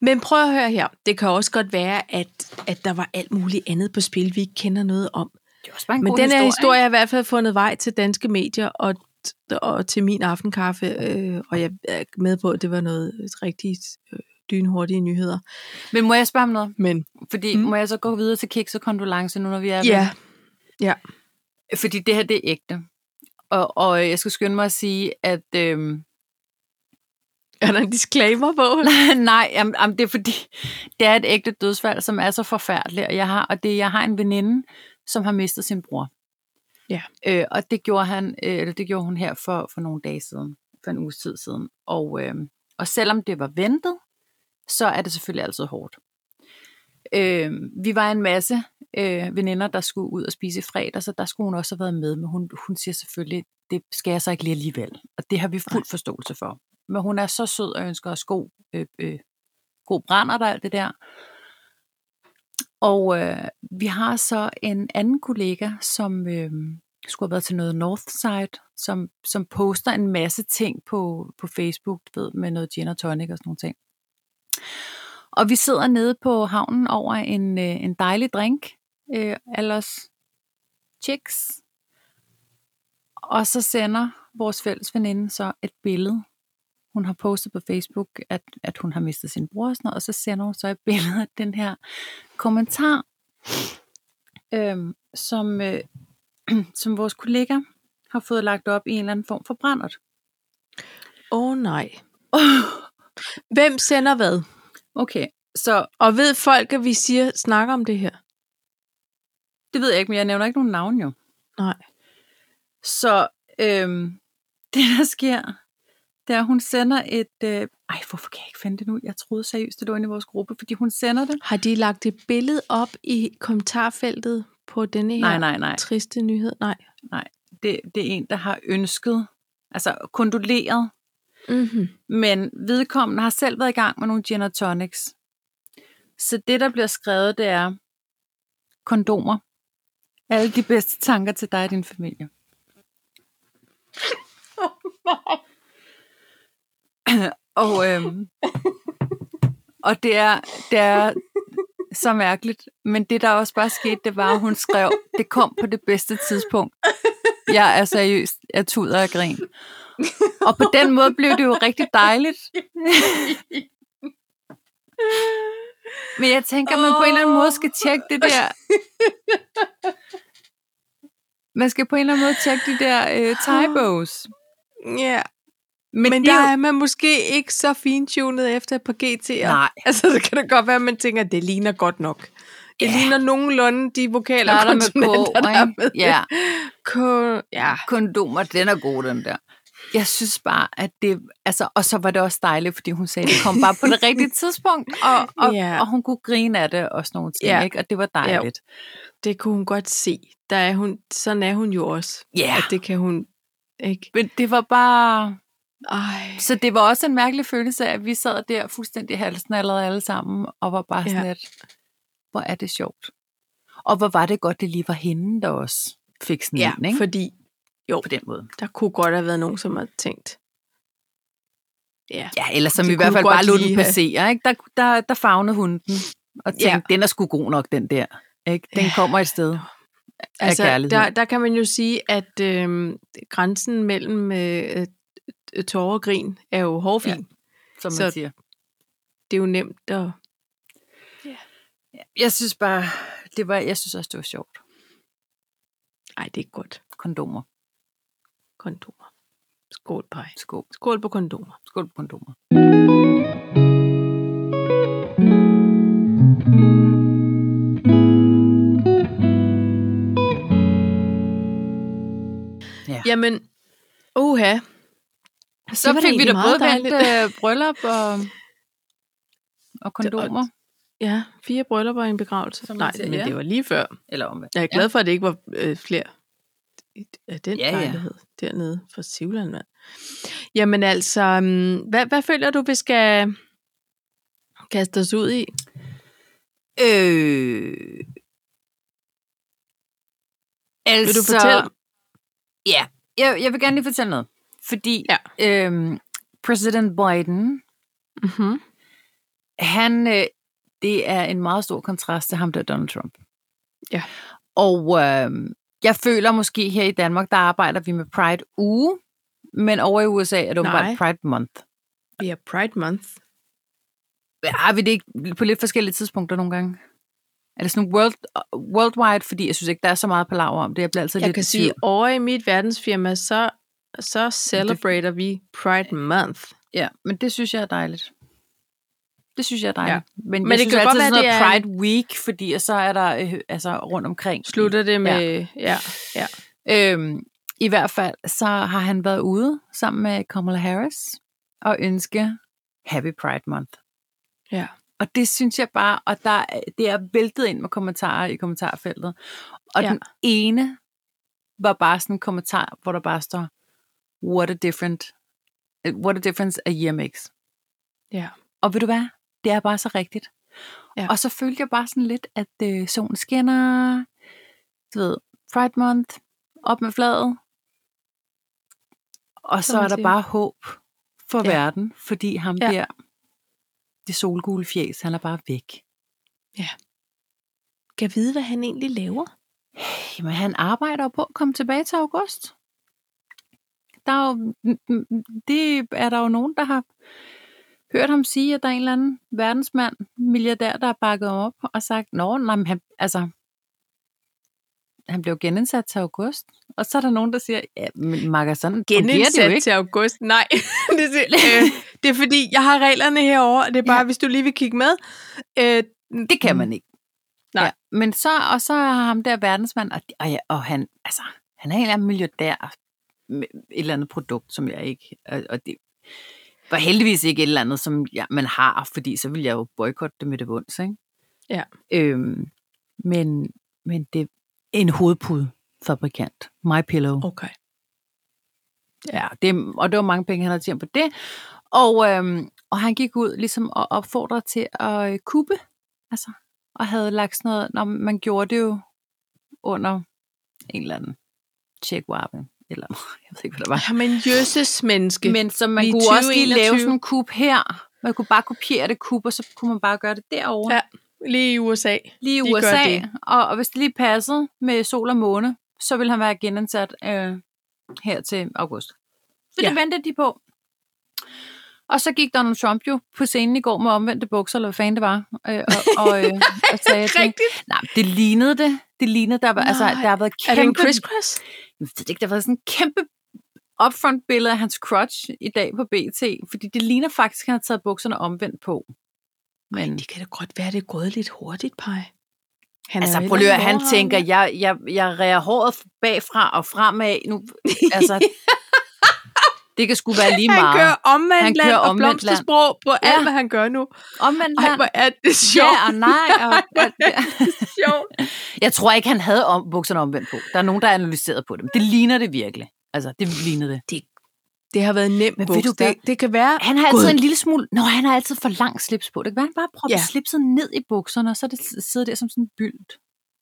B: Men prøv at høre her. Det kan også godt være, at, at der var alt muligt andet på spil, vi ikke kender noget om.
A: Det er også bare en
B: Men
A: god
B: den her
A: historie.
B: historie har i hvert fald fundet vej til danske medier og, og til min aftenkaffe. Øh, og jeg er med på, at det var noget rigtig øh, dynhurtige nyheder.
A: Men må jeg spørge om noget?
B: Men
A: Fordi
B: Mm.
A: mm. må jeg så gå videre til kiks og kondolence nu, når vi er ved-
B: ja,
A: fordi det her, det er ægte. Og, og øh, jeg skal skynde mig at sige, at... Øhm,
B: er der en disclaimer på?
A: *laughs* nej, jamen, jamen, det er fordi, det er et ægte dødsfald, som er så forfærdeligt. Og jeg har, og det, jeg har en veninde, som har mistet sin bror.
B: Ja.
A: Øh, og det gjorde, han, øh, eller det gjorde hun her for, for nogle dage siden, for en uges tid siden. Og, øh, og selvom det var ventet, så er det selvfølgelig altid hårdt. Øh, vi var en masse øh, veninder, der skulle ud og spise i fredag, så der skulle hun også have været med, men hun, hun siger selvfølgelig, det skal jeg så ikke lige alligevel. Og det har vi fuld forståelse for. Men hun er så sød og ønsker os god, øh, øh, god brænder og alt det der. Og øh, vi har så en anden kollega, som øh, skulle have været til noget Northside, som, som poster en masse ting på, på Facebook, du ved, med noget gin og tonic og sådan nogle ting. Og vi sidder nede på havnen over en, øh, en dejlig drink, øh, allers chicks. Og så sender vores fælles veninde så et billede. Hun har postet på Facebook, at, at hun har mistet sin bror og sådan noget, og så sender hun så et billede af *laughs* den her kommentar, øhm, som, øh, *clears throat* som vores kollega har fået lagt op i en eller anden form for brændert.
B: Åh oh, nej. *laughs* Hvem sender hvad?
A: Okay, så
B: Og ved folk, at vi siger, snakker om det her?
A: det ved jeg ikke, men jeg nævner ikke nogen navn jo.
B: Nej.
A: Så øhm, *laughs* det, der sker, det er, at hun sender et... Øh, ej, hvorfor kan jeg ikke finde det nu? Jeg troede seriøst, det lå inde i vores gruppe, fordi hun sender det.
B: Har de lagt et billede op i kommentarfeltet på denne her
A: Nej, nej, nej.
B: triste nyhed? Nej.
A: Det, det er en, der har ønsket, altså kondoleret, Mhm.
B: Mm-hmm.
A: men vedkommende har selv været i gang med nogle gin og tonics. Så det, der bliver skrevet, det er kondomer. Alle de bedste tanker til dig og din familie. og, øhm, og det er, det er så mærkeligt. Men det, der også bare skete, det var, at hun skrev, det kom på det bedste tidspunkt. Jeg er seriøst, jeg tuder og grin. Og på den måde blev det jo rigtig dejligt. Men jeg tænker, at man på en eller anden måde skal tjekke det der. Man skal på en eller anden måde tjekke de der øh, typos.
B: Ja.
A: Men,
B: Men
A: de
B: der
A: er jo-
B: er man måske ikke så fintunet efter et par GT'er.
A: Nej.
B: *laughs* Altså, så kan det godt være, at man tænker, at det ligner godt nok. Det
A: Ja.
B: ligner nogenlunde de vokaler og
A: Starter med
B: konsonanter,
A: K,
B: der er
A: ikke?
B: med.
A: Ja.
B: K, ja.
A: kondomer, den er god, den der. Jeg synes bare, at det... Altså, og så var det også dejligt, fordi hun sagde, at det kom bare på *laughs* det rigtige tidspunkt, og, og,
B: Ja.
A: yeah. og hun kunne grine af det og sådan nogle ting,
B: Ja.
A: yeah. ikke? og det var dejligt.
B: Det kunne hun godt se. Der er hun, sådan er hun jo også.
A: Ja, yeah.
B: At det kan hun ikke.
A: men det var bare...
B: Ej.
A: Så det var også en mærkelig følelse af, at vi sad der fuldstændig halsen allerede alle sammen, og var bare sådan
B: Ja.
A: lidt, hvor er det sjovt. Og hvor var det godt, det lige var hende, der også fik sådan
B: Ja,
A: en, ikke?
B: fordi
A: på den måde.
B: der kunne godt have været nogen, som har tænkt. Ja,
A: Ja, eller som
B: Det
A: i hvert
B: kunne
A: fald bare
B: godt
A: lod
B: lige
A: den
B: have-
A: passere. Ikke? Der, der, der fagnede hun den og tænkte,
B: Ja.
A: øh, ja. den er sgu god nok, den der. Ikke? Den
B: Ja.
A: kommer et sted.
B: altså
A: kærlighed.
B: der, der kan man jo sige, at øh, grænsen mellem øh, øh, tårer og grin er jo hårfin. Ja.
A: som man så,
B: Så-
A: siger.
B: Det er jo nemt at...
A: Jeg synes bare, det var, jeg synes også, det var sjovt.
B: Ej, det er ikke godt.
A: Kondomer.
B: Kondomer. Skål på.
A: Skål.
B: Skål på kondomer.
A: Skål på kondomer.
B: Jamen, uha.
A: Så
B: var da
A: fik vi da
B: egentlig
A: både
B: meget
A: valgt øh, bryllup og, og kondomer.
B: Ja, fire bryllupper og en begravelse.
A: Som man
B: Nej,
A: siger,
B: men
A: ja.
B: det var lige før.
A: Eller omvendt.
B: Jeg er glad for, at det ikke var øh, flere i- af den
A: Ja,
B: ja,
A: ja.
B: lejlighed ja. dernede fra Sivland, mand. Jamen altså, mm, hvad, hvad føler du, vi skal kaste os ud i?
A: Øh... Altså,
B: Vil du fortælle?
A: Ja, jeg, jeg vil gerne lige fortælle noget. Fordi
B: Ja.
A: øhm, præsident Biden,
B: Mm-hmm.
A: han, øh, det er en meget stor kontrast til ham der Donald Trump.
B: Ja.
A: Og øh, jeg føler måske her i Danmark, der arbejder vi med Pride uge, men over i USA er det
B: Nej.
A: åbenbart Pride Month.
B: Vi har Pride Month.
A: Har vi det ikke på lidt forskellige tidspunkter nogle gange? Er det sådan world, worldwide, fordi jeg synes ikke, der er så meget palaver om det. Jeg bliver altid
B: Jeg
A: lidt
B: kan
A: i tvivl.
B: sige, over i mit verdensfirma, så, så celebrater vi Pride Month.
A: Ja, men det synes jeg er dejligt. Det synes jeg er dejligt. Ja. Men,
B: Men
A: men jeg
B: det
A: det synes
B: kan
A: altid
B: godt
A: godt være,
B: være,
A: sådan noget
B: det er
A: Pride Week, fordi og så er der øh, altså rundt omkring.
B: Slutter det med... Ja. ja.
A: Øhm, I hvert fald, så har han været ude sammen med Kamala Harris og ønske Happy Pride Month.
B: Ja.
A: Og det synes jeg bare, og der, er- det er væltet ind med kommentarer i kommentarfeltet. Og
B: Ja.
A: ja. den ene var bare sådan en kommentar, hvor der bare står, what a different, what a difference a year makes.
B: ja.
A: Og ved du hvad? Det er bare så rigtigt.
B: Ja.
A: Ja. Og så følte jeg bare sådan lidt, at øh, solen skinner, du ved, Pride Month, op med flaget. Og så
B: man
A: er der
B: siger.
A: bare håb for
B: Ja.
A: ja. verden, fordi ham
B: Ja.
A: ja. der, det solgule fjes, han er bare væk.
B: Kan vide, hvad han egentlig laver?
A: Jamen, han arbejder jo på at komme tilbage til august. Der er jo, det er der jo nogen, der har hørt ham sige, at der er en eller anden verdensmand, milliardær, der har bakket ham op og sagt, Nå, nej, men han, altså, han blev genindsat til august. Og så er der nogen, der siger, ja, men makker sådan fungerer det jo
B: genindsat
A: ikke.
B: til august. Nej, *laughs* det, siger, øh, det er fordi, jeg har reglerne herover. Det er bare, ja. hvis du lige vil kigge med. Øh,
A: Det kan man ikke.
B: Nej.
A: Ja, men så, og så har ham der verdensmand, og, og, ja, og han, altså, han er en eller anden milliardær med et eller andet produkt, som jeg ikke, og, og det var heldigvis ikke et eller andet, som jeg, man har, fordi så ville jeg jo boykotte det med det vunds, ikke?
B: Ja.
A: Øhm, men, men det er en hovedpudefabrikant. My Pillow.
B: okay.
A: Ja, det, og det var mange penge, han havde tjent på det. Og, øhm, og han gik ud ligesom og opfordrede til at øh, kubbe, altså, og havde lagt sådan noget, når man gjorde det jo under en eller anden tjekvarpe, eller *laughs* jeg ved ikke, hvad det var.
B: Jamen, jøsses menneske. Men,
A: Men så
B: vi
A: man
B: er
A: kunne også lige
B: 2021.
A: lave sådan en kub her. Man kunne bare kopiere det kub, og så kunne man bare gøre det derovre.
B: Ja,
A: Ja,
B: lige i USA.
A: lige i
B: de gør
A: USA.
B: det.
A: Og, og hvis det lige passede med sol og måne, så ville han være genansat øh, her til august. Så det
B: Ja.
A: ja. ventede de på. Og så gik Donald Trump jo på scenen i går med omvendte bukser, eller hvad fanden det var, øh, og, og,
B: *laughs*
A: øh, og sagde, at det,
B: Rigtigt.
A: nej, det lignede det. Det lignede, der var, altså,
B: Nej.
A: der har været
B: Er det en
A: kæmpe...
B: crisscross?
A: Jeg ved det ikke, der var sådan en kæmpe upfront billede af hans crotch i dag på BT, fordi det ligner faktisk, at han har taget bukserne omvendt på. Men,
B: Det kan da godt være, det er gået lidt hurtigt, Paj. Han
A: altså, prøv lige at høre, han tænker, jeg, jeg, jeg rærer håret bagfra og fremad.
B: *laughs*
A: Nu, altså, det kan sgu være lige
B: han
A: meget.
B: kører omvendt
A: Han
B: land
A: kører
B: og
A: omvendt land.
B: blomstersprog på ja. alt,
A: Ja.
B: hvad han gør nu.
A: Omvendt
B: Ej,
A: land.
B: hvor er det sjovt.
A: Ja og nej. Og,
B: *laughs*
A: og,
B: sjovt.
A: jeg tror ikke, han havde om, bukserne omvendt på. Der er nogen, der har analyseret på dem. Det ligner det virkelig. Altså, det ligner det.
B: Det har været nemt
A: Men ved du
B: bogstav. det, det kan være,
A: Han har altid
B: Gud.
A: en lille smule... Nå, han har altid for lang slips på. Det kan være, han bare propper
B: Ja.
A: ja. slipset ned i bukserne, og så er det sidder der som sådan en byld.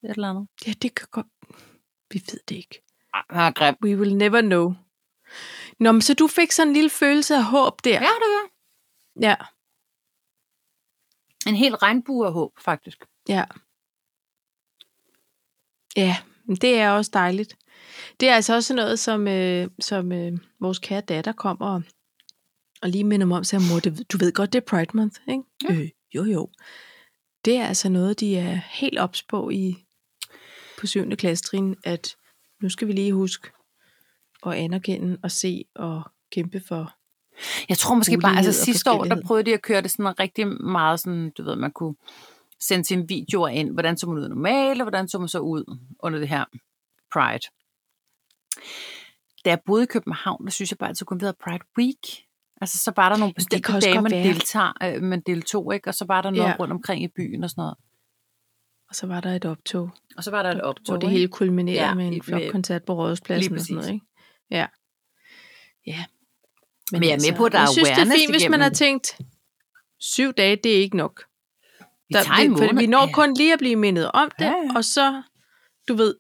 A: et eller andet.
B: Ja, det kan godt... Vi ved det ikke.
A: Ah, ah, grim.
B: We will never know. Nå, men så du fik sådan en lille følelse af håb der.
A: Ja, det gør.
B: Ja.
A: En helt regnbue af håb, faktisk.
B: Ja. Ja, men det er også dejligt. Det er altså også sådan noget, som, øh, som øh, vores kære datter kommer og, og lige minder mig om, siger, mor, det, du ved godt, det er Pride Month, ikke?
A: Ja.
B: Øh, jo, jo. Det er altså noget, de er helt ops på i, på 7. klassetrin, at nu skal vi lige huske at anerkende og se og kæmpe for.
A: Jeg tror måske bare, altså
B: Ulighed og
A: sidste år, der
B: forskellighed.
A: prøvede de at køre det sådan rigtig meget sådan, du ved, man kunne sende sine videoer ind, hvordan så man ud normalt, og hvordan så man så ud under det her Pride. Da jeg boede i København, der synes jeg bare, at så kunne hedder Pride Week. Altså, så var der nogle bestemte
B: kan også
A: dage,
B: godt
A: man,
B: være.
A: deltager, øh, man deltog, ikke? og så var der noget
B: Ja.
A: rundt omkring i byen og sådan noget.
B: Og så var der et optog,
A: Og så var der et optog.
B: hvor det
A: ikke?
B: hele kulminerer
A: Ja,
B: ja, med
A: i- med-
B: en flokkoncert på Rådhuspladsen
A: Lige
B: og sådan noget,
A: præcis.
B: ikke? Ja. Ja. altså,
A: Men jeg er med på, at der
B: jeg
A: er
B: synes, det er
A: awareness
B: fint, hvis man har
A: igennem-
B: tænkt, syv dage, det er ikke nok.
A: vi tager en
B: vi, fordi
A: måned.
B: vi når
A: Ja.
B: kun lige at blive mindet om det,
A: Ja, ja.
B: og så, du ved,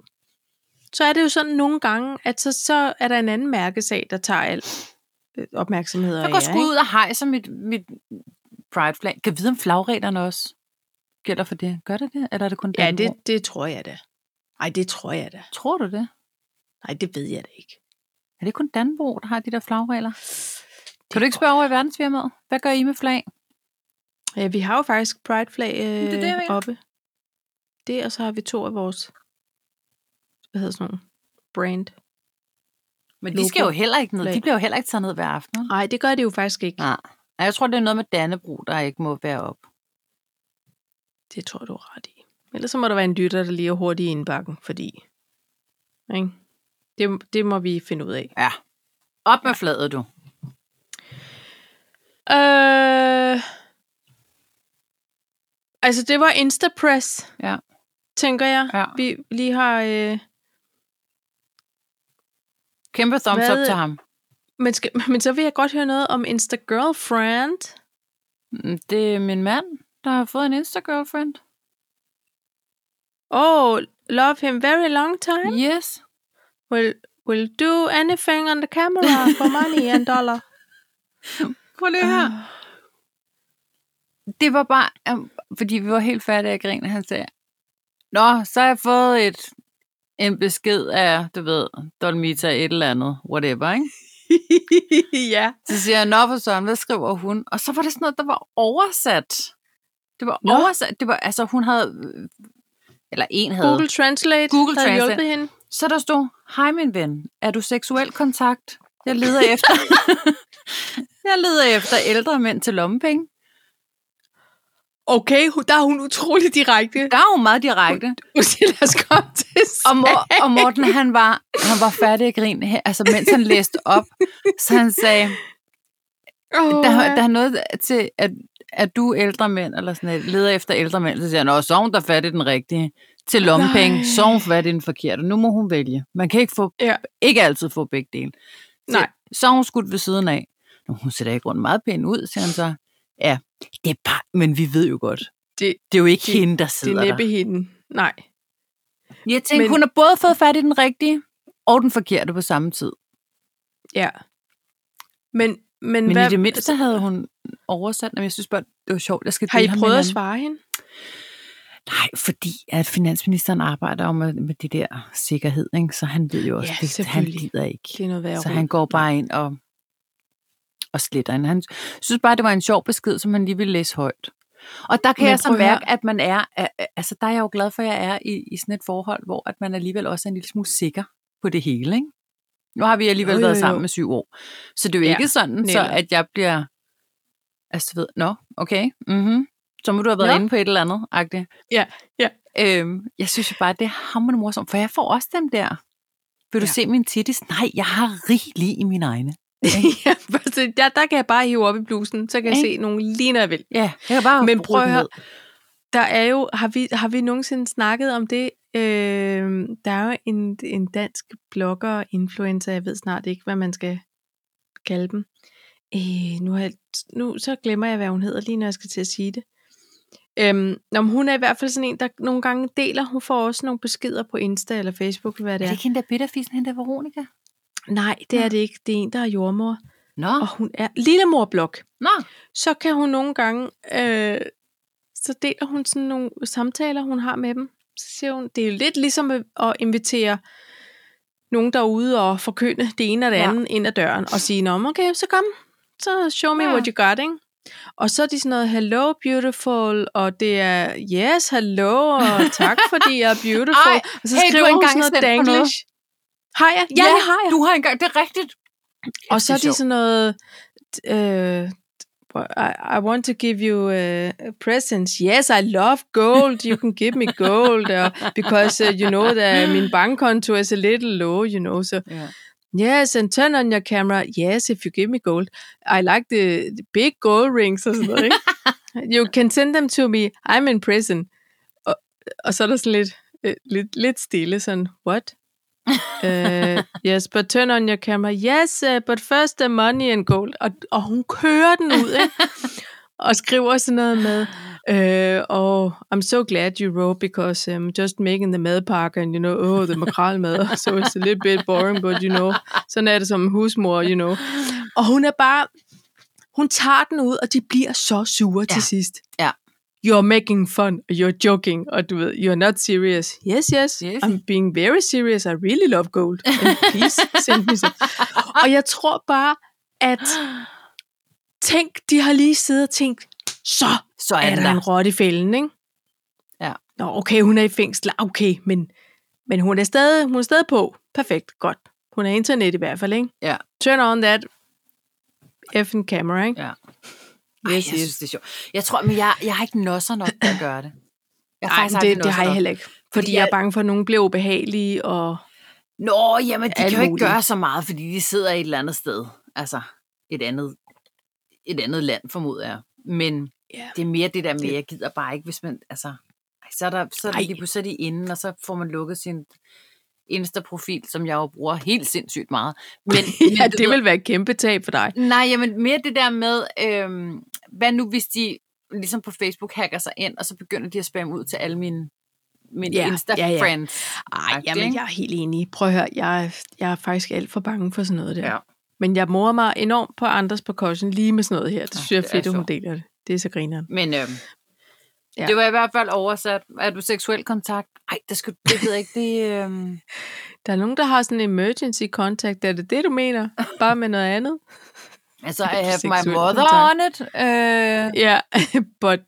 B: så er det jo sådan nogle gange, at så, så er der en anden mærkesag, der tager al øh, opmærksomhed og
A: Så går
B: ære,
A: jeg sgu ud og hejser mit, mit pride-flag. Kan jeg vide, om flagreglerne også gælder for det? Gør det det? Eller er det kun
B: ikke? Ja,
A: Dannebrog?
B: det, det tror jeg da. Nej, det tror jeg da.
A: Tror du det?
B: Nej, det ved jeg da ikke.
A: Er det kun Danbro, der har de der flagregler? Kan du ikke spørge over i verdensfirmaet? Hvad gør I med flag?
B: Ja, Øh, vi har jo faktisk Pride-flag
A: det, jeg
B: øh, det, det,
A: mener.
B: oppe. Det, og så har vi to af vores, hvad hedder sådan nogle, brand.
A: Men de
B: Logo.
A: skal jo heller ikke ned.
B: Flag.
A: De bliver jo heller ikke taget ned hver aften. vel?
B: Nej, det gør det jo faktisk ikke.
A: Nej. Ej, Jeg tror, det er noget med Dannebro, der ikke må være op.
B: Det tror jeg, du har ret i. Ellers så må der være en lytter, der lige er hurtigt i indbakken, fordi... Ikke? Det, det må vi finde ud af.
A: Ja. Op med flaget, du.
B: Øh, altså, det var Instapress,
A: Ja.
B: tænker jeg.
A: Ja.
B: Vi lige har... Øh,
A: Kæmpe thumbs
B: Hvad-
A: up til ham.
B: men, skal, *laughs* men så vil jeg godt høre noget om Instagirlfriend.
A: Mm, Det er min mand, der har fået en Insta-girlfriend.
B: Oh, love him very long time.
A: Yes.
B: Will, will do anything on the camera for money and *laughs* dollar.
A: Prøv lige her. det var bare, um, fordi vi var helt færdige af grin, og han sagde, Nå, så har jeg fået et, en besked af, du ved, Dolmita et eller andet, whatever, ikke?
B: *laughs* ja.
A: Så siger jeg, Nå for søren, hvad skriver hun? Og så var det sådan noget, der var oversat. Det var
B: Nå.
A: oversat. Det var, altså, hun havde, øh, eller en havde.
B: Google Translate
A: Google
B: havde
A: Translate.
B: hjulpet hende.
A: Så der stod, hej min ven, er du seksuel kontakt? Jeg leder efter, *laughs* jeg leder efter ældre mænd til lommepenge.
B: Okay, hu- der er hun utrolig direkte.
A: Der er jo meget direkte.
B: Nu siger, *laughs* lad os komme *laughs* til
A: Og, Mor- og Morten, han var, han var færdig at grine, her, altså mens han læste op. Så han sagde,
B: oh,
A: der, der er noget til, at, at du ældre mænd, eller sådan noget, leder efter ældre mænd. Så siger han, "Nå, så er hun der fat i den rigtige. Til lommepenge,
B: Nej.
A: så er hun fat i den forkerte. Nu må hun vælge. Man kan ikke, få,
B: Ja.
A: ikke altid få begge dele. Så,
B: Nej.
A: så er hun skudt ved siden af. Nå, hun ser da ikke rundt meget pæn ud, siger han så. Ja, det er bare, men vi ved jo godt.
B: Det-
A: det er jo ikke
B: det-
A: hende, der
B: det
A: sidder
B: er
A: der.
B: næppe hende. Nej.
A: Jeg tænkte, men...
B: Men-
A: hun har både fået fat i den rigtige og den forkerte på samme tid.
B: Ja. Men, men,
A: Men
B: hvad,
A: Hvad... i det mindste havde hun oversat, men jeg synes bare, det var sjovt. Jeg skal
B: har I
A: dele ham med
B: prøvet at
A: hinanden.
B: svare hende?
A: Nej, fordi at finansministeren arbejder jo med, med det der sikkerhed, ikke? så han ved jo også,
B: Ja,
A: ja, det, han
B: selvfølgelig.
A: gider ikke.
B: Det er noget værre
A: Så
B: rod.
A: han går bare ind og, og sletter hende. Han synes bare, det var en sjov besked, som han lige ville læse højt. Og der kan
B: Men
A: jeg så
B: prøv at
A: mærke, at man er, a- a- altså der er jeg jo glad for, at jeg er i, i sådan et forhold, hvor at man alligevel også er en lille smule sikker på det hele, ikke? Nu har vi alligevel
B: Jo,
A: jo,
B: jo,
A: været
B: jo.
A: sammen med syv år. Så det er jo
B: Ja,
A: ikke sådan, så
B: netop.
A: at jeg bliver, altså du ved, nå, okay, mhm, så må du have været
B: Nå.
A: inde på et eller andet, agtigt.
B: Ja, ja.
A: Øhm, jeg synes jo bare, det er hammerende morsomt, for jeg får også dem der. Vil du
B: Ja.
A: se min tittis? Nej, jeg har rigeligt i mine *laughs* egne.
B: *laughs* ja, for så- der, der kan jeg bare hive op i blusen, så kan jeg
A: Ikke?
B: se nogen lige når jeg vil.
A: Ja, jeg kan bare
B: Men
A: bruge
B: prøv at
A: den
B: høre,
A: ned.
B: Der er jo, har vi, har vi nogensinde snakket om det? Øh, der er jo en, en dansk blogger og influencer, jeg ved snart ikke, hvad man skal kalde dem. Øh, nu, har jeg, nu så glemmer jeg, hvad hun hedder, lige når jeg skal til at sige det. Øhm, nå, men hun er i hvert fald sådan en, der nogle gange deler. Hun får også nogle beskeder på Insta eller Facebook, hvad
A: Ja.
B: det
A: Er
B: er.
A: det ikke hende der bitterfisen, hende der Veronica?
B: Nej, det er det ikke. Det er en, der er jordmor.
A: Nå,
B: Og hun er lillemorblok.
A: Nå.
B: Så kan hun nogle gange... Øh, så deler hun sådan nogle samtaler, hun har med dem. Så siger hun, det er lidt ligesom at- at invitere nogen derude og forkynde det ene og det
A: Ja.
B: andet ja. ind ad døren. Og sige, nå, men okay, så kom. Så show me
A: Ja.
B: ja. what you got, ikke? Og så er de sådan noget, hello beautiful, og det er, yes, hello, og tak fordi jeg er beautiful.
A: *laughs* Ej,
B: og så
A: hey, du
B: skriver
A: har
B: hun
A: engang sendt
B: sådan noget
A: mig noget.
B: danglish. Har jeg? Ja, ja, det har jeg.
A: Du har engang, det er rigtigt.
B: Og så er
A: Det er sjovt.
B: de sådan noget, øh, I, I want to give you uh, presents. Yes, I love gold. You can give me gold. Og because uh, you know that min bankkonto is a little low, you know. So
A: Ja.
B: yes, and turn on your camera. Yes, if you give me gold. I like the, the big gold rings og sådan noget. Ikke? you can send them to me. I'm in prison. Og, og så er der sådan lidt, øh, lidt, lidt stille, sådan, what? uh, yes, but turn on your camera. Yes, uh, but first the money and gold. Og, og hun kører den ud, ikke? og skriver sådan noget med, uh, oh, I'm so glad you wrote, because I'm just making the madpakke, and you know, oh, the makrelmad, *laughs* so it's a little bit boring, but you know, sådan er det som husmor, you know. Og hun er bare, hun tager den ud, og de bliver så sure ja.
A: Ja.
B: til sidst.
A: Ja.
B: You're making fun, og you're joking, og du ved, you're not serious. Yes, yes,
A: Yes.
B: yes. I'm being very serious, I really love gold. And please send me some. Og jeg tror bare, at tænk, de har lige siddet og tænkt, så
A: Så er
B: er
A: det
B: der
A: der.
B: en rot i fælden, ikke?
A: Ja.
B: Nå, okay, hun er i fængsel. Ah, Okay, men, men hun, er stadig, hun er stadig på. Perfekt, godt. Hun er internet i hvert fald, ikke?
A: Ja.
B: Turn on that effing camera, ikke?
A: Ja. Ej, jeg
B: Yes, yes.
A: synes, det er sjovt. Jeg tror, men jeg, jeg har ikke nosser nok til at gøre det. Jeg
B: Nej,
A: faktisk aldrig
B: det, det har jeg
A: nosser nok.
B: heller ikke. Fordi,
A: Fordi
B: jeg
A: jeg-
B: er bange for, at nogen bliver ubehagelige, og
A: Nå, jamen, de
B: Alt
A: kan jo ikke
B: muligt.
A: gøre så meget, fordi de sidder et eller andet sted. Altså, et andet, et andet land, formoder jeg. Men *laughs*
B: Ja.
A: det er mere det der med,
B: Det-
A: jeg gider bare ikke, hvis man, altså, ej, så er der, så er der
B: Ej.
A: lige pludselig så er de inde, og så får man lukket sin Insta-profil, som jeg jo bruger helt sindssygt meget. Men,
B: *laughs* ja,
A: men du
B: det
A: ved-
B: vil være et kæmpe tab for dig.
A: Nej, jamen mere det der med, øhm, hvad nu hvis de ligesom på Facebook hacker sig ind, og så begynder de at spamme ud til alle mine, mine
B: Ja,
A: ja,
B: ja, ja.
A: Insta-friends.
B: Ej,
A: Agtigt,
B: jamen,
A: ikke?
B: jeg er helt enig. Prøv at høre, jeg, er- jeg er faktisk alt for bange for sådan noget der.
A: Ja.
B: Men jeg morer mig enormt på andres precaution lige med sådan noget her. Det
A: Ah,
B: synes jeg er
A: det er
B: fedt, at hun
A: sjovt.
B: deler det. Det er så grineren.
A: Men øhm,
B: Ja.
A: ja. det var i hvert fald oversat. Er du seksuel kontakt? Nej, det, skal, det ved jeg ikke. Det, øhm,
B: Der er nogen, der har sådan en emergency contact. Er det det, du mener? Bare med noget
A: *laughs*
B: andet?
A: altså, I have my
B: Seksuel
A: mother
B: kontakt.
A: on it, uh,
B: Ja, yeah, but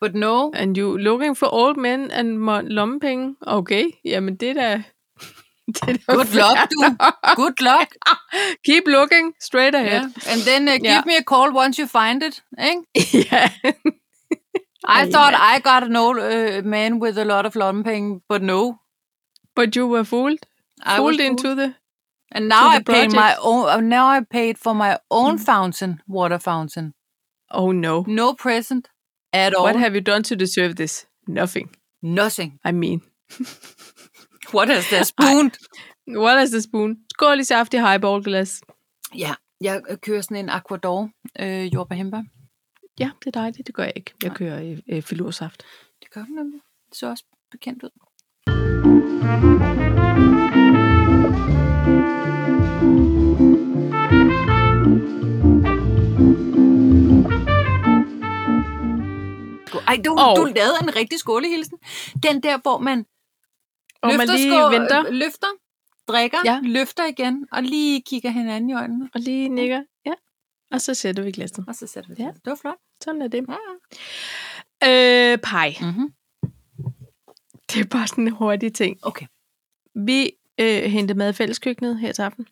A: but no.
B: and you looking for old men and mo- lommepenge? Okay, jamen det er da... *laughs* Det er da
A: *laughs* Good luck, du. Good *laughs* luck.
B: *laughs* Keep looking straight ahead.
A: Yeah. And then uh, give
B: Ja.
A: me a call once you find it. Ikke?
B: *laughs* Yeah.
A: I
B: Ej,
A: thought I got an old uh, man with a lot of lommepenge, but no.
B: But you were fooled.
A: I was
B: fooled
A: fooled.
B: into the...
A: And now
B: the
A: I paid my
B: project.
A: own. uh, Now I paid for my own fountain, water fountain.
B: Oh no.
A: No present at all.
B: What have you done to deserve this? Nothing.
A: Nothing.
B: I mean.
A: What has this spoon?
B: What is the spoon? Skål i saftig highballglas.
A: ja, jeg kører sådan en Aquador øh, jordbærhæmper.
B: Ja, det er dejligt. Det gør jeg ikke. Jeg kører øh, filursaft.
A: Det gør den nemlig. Det så også bekendt ud. Ej, du,
B: Og-
A: oh. du lavede en rigtig skålehilsen. Den der, hvor man
B: Og man
A: løfter,
B: lige
A: skål,
B: venter.
A: øh, løfter, drikker,
B: Ja.
A: ja. løfter igen, og lige kigger hinanden i øjnene,
B: Og lige nikker. Ja. Og så sætter vi glasset.
A: og så sætter vi
B: Ja.
A: det. Det var flot.
B: Sådan er det.
A: Ja,
B: Øh, pej.
A: Mm-hmm.
B: Det er bare sådan en hurtig ting.
A: Okay.
B: Vi øh, henter mad i fælleskøkkenet her til aften.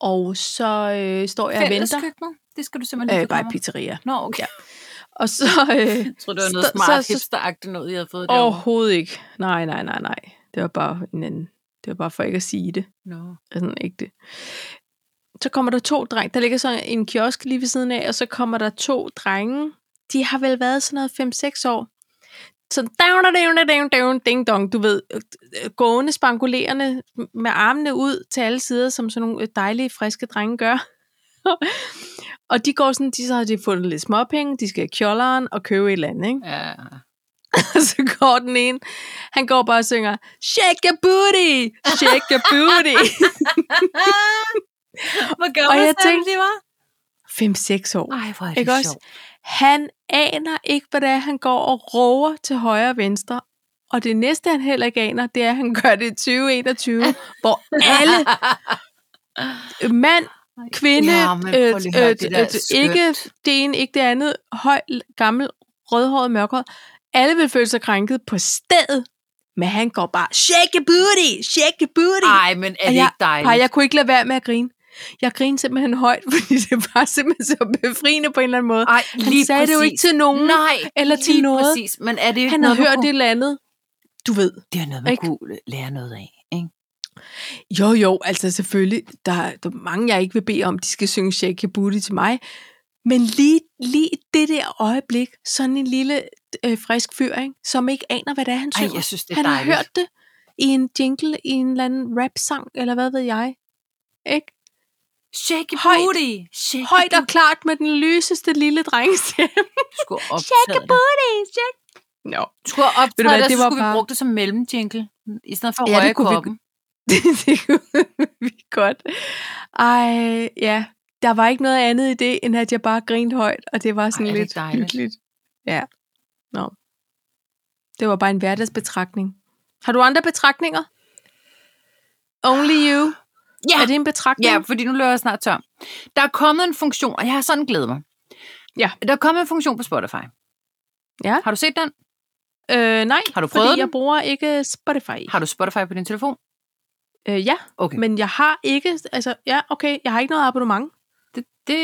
B: Og så øh, står jeg og venter.
A: Fælleskøkkenet, det skal du simpelthen lige
B: Øh, bare
A: forklare
B: i
A: mig.
B: pizzeria.
A: Nå, okay.
B: Ja. Og så... Øh,
A: Jeg tror, det var noget
B: Så-
A: smart,
B: så- så-
A: hipsteragtigt noget, jeg havde fået derovre.
B: Overhovedet ikke. Nej, nej, nej, nej. Det var bare en anden. Det var bare for ikke at sige det.
A: No.
B: Altså ikke det. Så kommer der to drenge. Der ligger så en kiosk lige ved siden af, og så kommer der to drenge. De har vel været sådan noget 5-6 år. Sådan down, down, down, down, ding dong, du ved, øh, øh, gående, spangulerende, øh, med armene ud til alle sider, som sådan nogle dejlige, friske drenge gør. *laughs* Og de går sådan, de så har de fundet lidt småpenge, de skal i kjolleren og købe et eller andet, ikke? *laughs*
A: Ja.
B: Og så går den ene, han går bare og synger, shake your booty, shake your booty. *laughs*
A: Hvor
B: Og
A: gammel
B: jeg tænkte-
A: de var?
B: 5-6 år.
A: Ej, hvor er det
B: Ikke også?
A: sjovt.
B: Han aner ikke, hvad det er, han går og roer til højre og venstre. Og det næste, han heller ikke aner, det er, at han *laughs* gør det i 2021, hvor
A: *laughs*
B: alle mand, kvinde,
A: Ja,
B: ja,
A: men
B: øh,
A: prøv
B: øh,
A: lige at høre, det der er
B: øh, ikke det ene, ikke det andet, høj, gammel, rødhåret, mørkhåret, alle vil føle sig krænket på stedet, men han går bare, shake your booty, shake your booty.
A: Ej, men er det
B: jeg-
A: ikke dejligt?
B: Ej, jeg kunne ikke lade være med at grine. Jeg grinede simpelthen højt, *laughs* fordi det var simpelthen så befriende på en eller anden måde.
A: Ej,
B: Han sagde det jo ikke til nogen.
A: Nej,
B: eller til
A: lige
B: noget.
A: præcis. Men er det ikke
B: Han har
A: noget, man
B: hørt det
A: kunne...
B: eller andet. Du ved.
A: Det er noget, man
B: Ikke?
A: kunne lære noget af, ikke?
B: Jo, jo, altså selvfølgelig. Der, er- der er mange, jeg ikke vil bede om, de skal synge Shake Your Booty til mig. Men lige, lige i det der øjeblik, sådan en lille øh, frisk fyr, ikke, som ikke aner, hvad det er, han
A: Ej,
B: synger.
A: jeg synes, det er
B: han
A: dejligt.
B: har hørt det i en jingle, i en eller anden rap-sang, eller hvad ved jeg. Ikke?
A: Shake your
B: Højt.
A: booty. Shake
B: Højt og klart med den lyseste lille *laughs* drengstemme.
A: Du skulle have
B: Shake
A: optaget
B: your
A: det.
B: booty, shake. Nå,
A: Du skulle have
B: Ved du
A: optaget
B: hvad,
A: det,
B: det
A: så
B: var
A: skulle vi
B: bare-
A: bruge det som mellemjingle, i stedet for
B: Ja, det kunne vi-
A: røgekoppen.
B: *laughs* det, det kunne vi godt. Ej, ja. Der var ikke noget andet i det, end at jeg bare grinede højt, og det var sådan
A: Ej, er
B: Ej,
A: det
B: lidt
A: dejligt.
B: hyggeligt. Ja. Nå. Det var bare en hverdagsbetragtning. Har du andre betragtninger? Only you.
A: Ja,
B: Er det en betragtning?
A: Ja, fordi nu løber jeg snart tør. Der er kommet en funktion, og jeg har sådan glædet mig.
B: Ja.
A: Der er kommet en funktion på Spotify.
B: Ja.
A: Har du set den?
B: Øh, nej,
A: Har du
B: fordi
A: prøvet den?
B: jeg bruger ikke Spotify.
A: Har du Spotify på din telefon?
B: Øh, ja,
A: Okay.
B: men jeg har ikke... Altså, ja, okay, jeg har ikke noget abonnement.
A: Det, det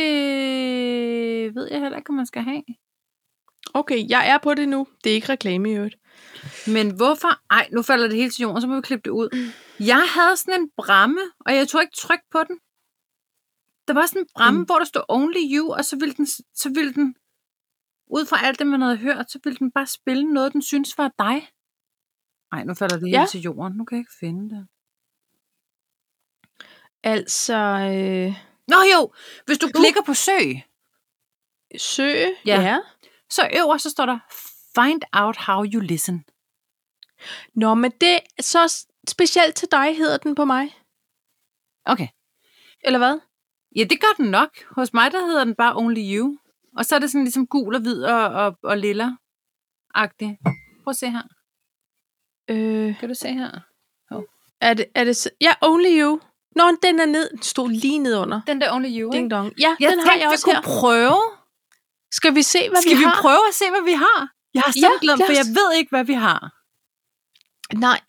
A: ved jeg heller ikke, om man skal have.
B: Okay, jeg er på det nu. Det er ikke reklame i øvrigt.
A: Men hvorfor? Ej, nu falder det hele til jorden, så må vi klippe det ud. Jeg havde sådan en bramme, og jeg tog ikke tryk på den. Der var sådan en bramme, mm.
B: Mm.
A: hvor der stod Only You, og så ville den, så ville den ud fra alt det, man havde hørt, så ville den bare spille noget, den synes var dig. Nej, nu falder det hele ja.
B: Ja.
A: til jorden. Nu kan jeg ikke finde det.
B: Altså, øh,
A: Nå jo, hvis du klikker på søg,
B: sø,
A: Ja.
B: ja. ja.
A: så øverst så står der Find out how you listen.
B: Nå, men det er så s- specielt til dig, hedder den på mig.
A: Okay.
B: Eller hvad?
A: Ja, det gør den nok. Hos mig, der hedder den bare Only You. Og så er det sådan ligesom gul og hvid og, og, og lilla-agtig. Prøv at se her.
B: Øh,
A: Kan du se her?
B: er, det, er det så? Ja, Only You. Nå, den er ned. Den stod lige ned under.
A: Den der Only You,
B: Ding
A: ikke?
B: dong. Ja,
A: Jeg
B: den har jeg også
A: vi
B: her.
A: kunne prøve.
B: Skal vi se, hvad
A: Skal vi,
B: vi har?
A: prøve at se, hvad vi har? Jeg har
B: Ja,
A: sådan ja, glemt, for
B: lad os.
A: jeg ved ikke, hvad vi har.
B: Nej,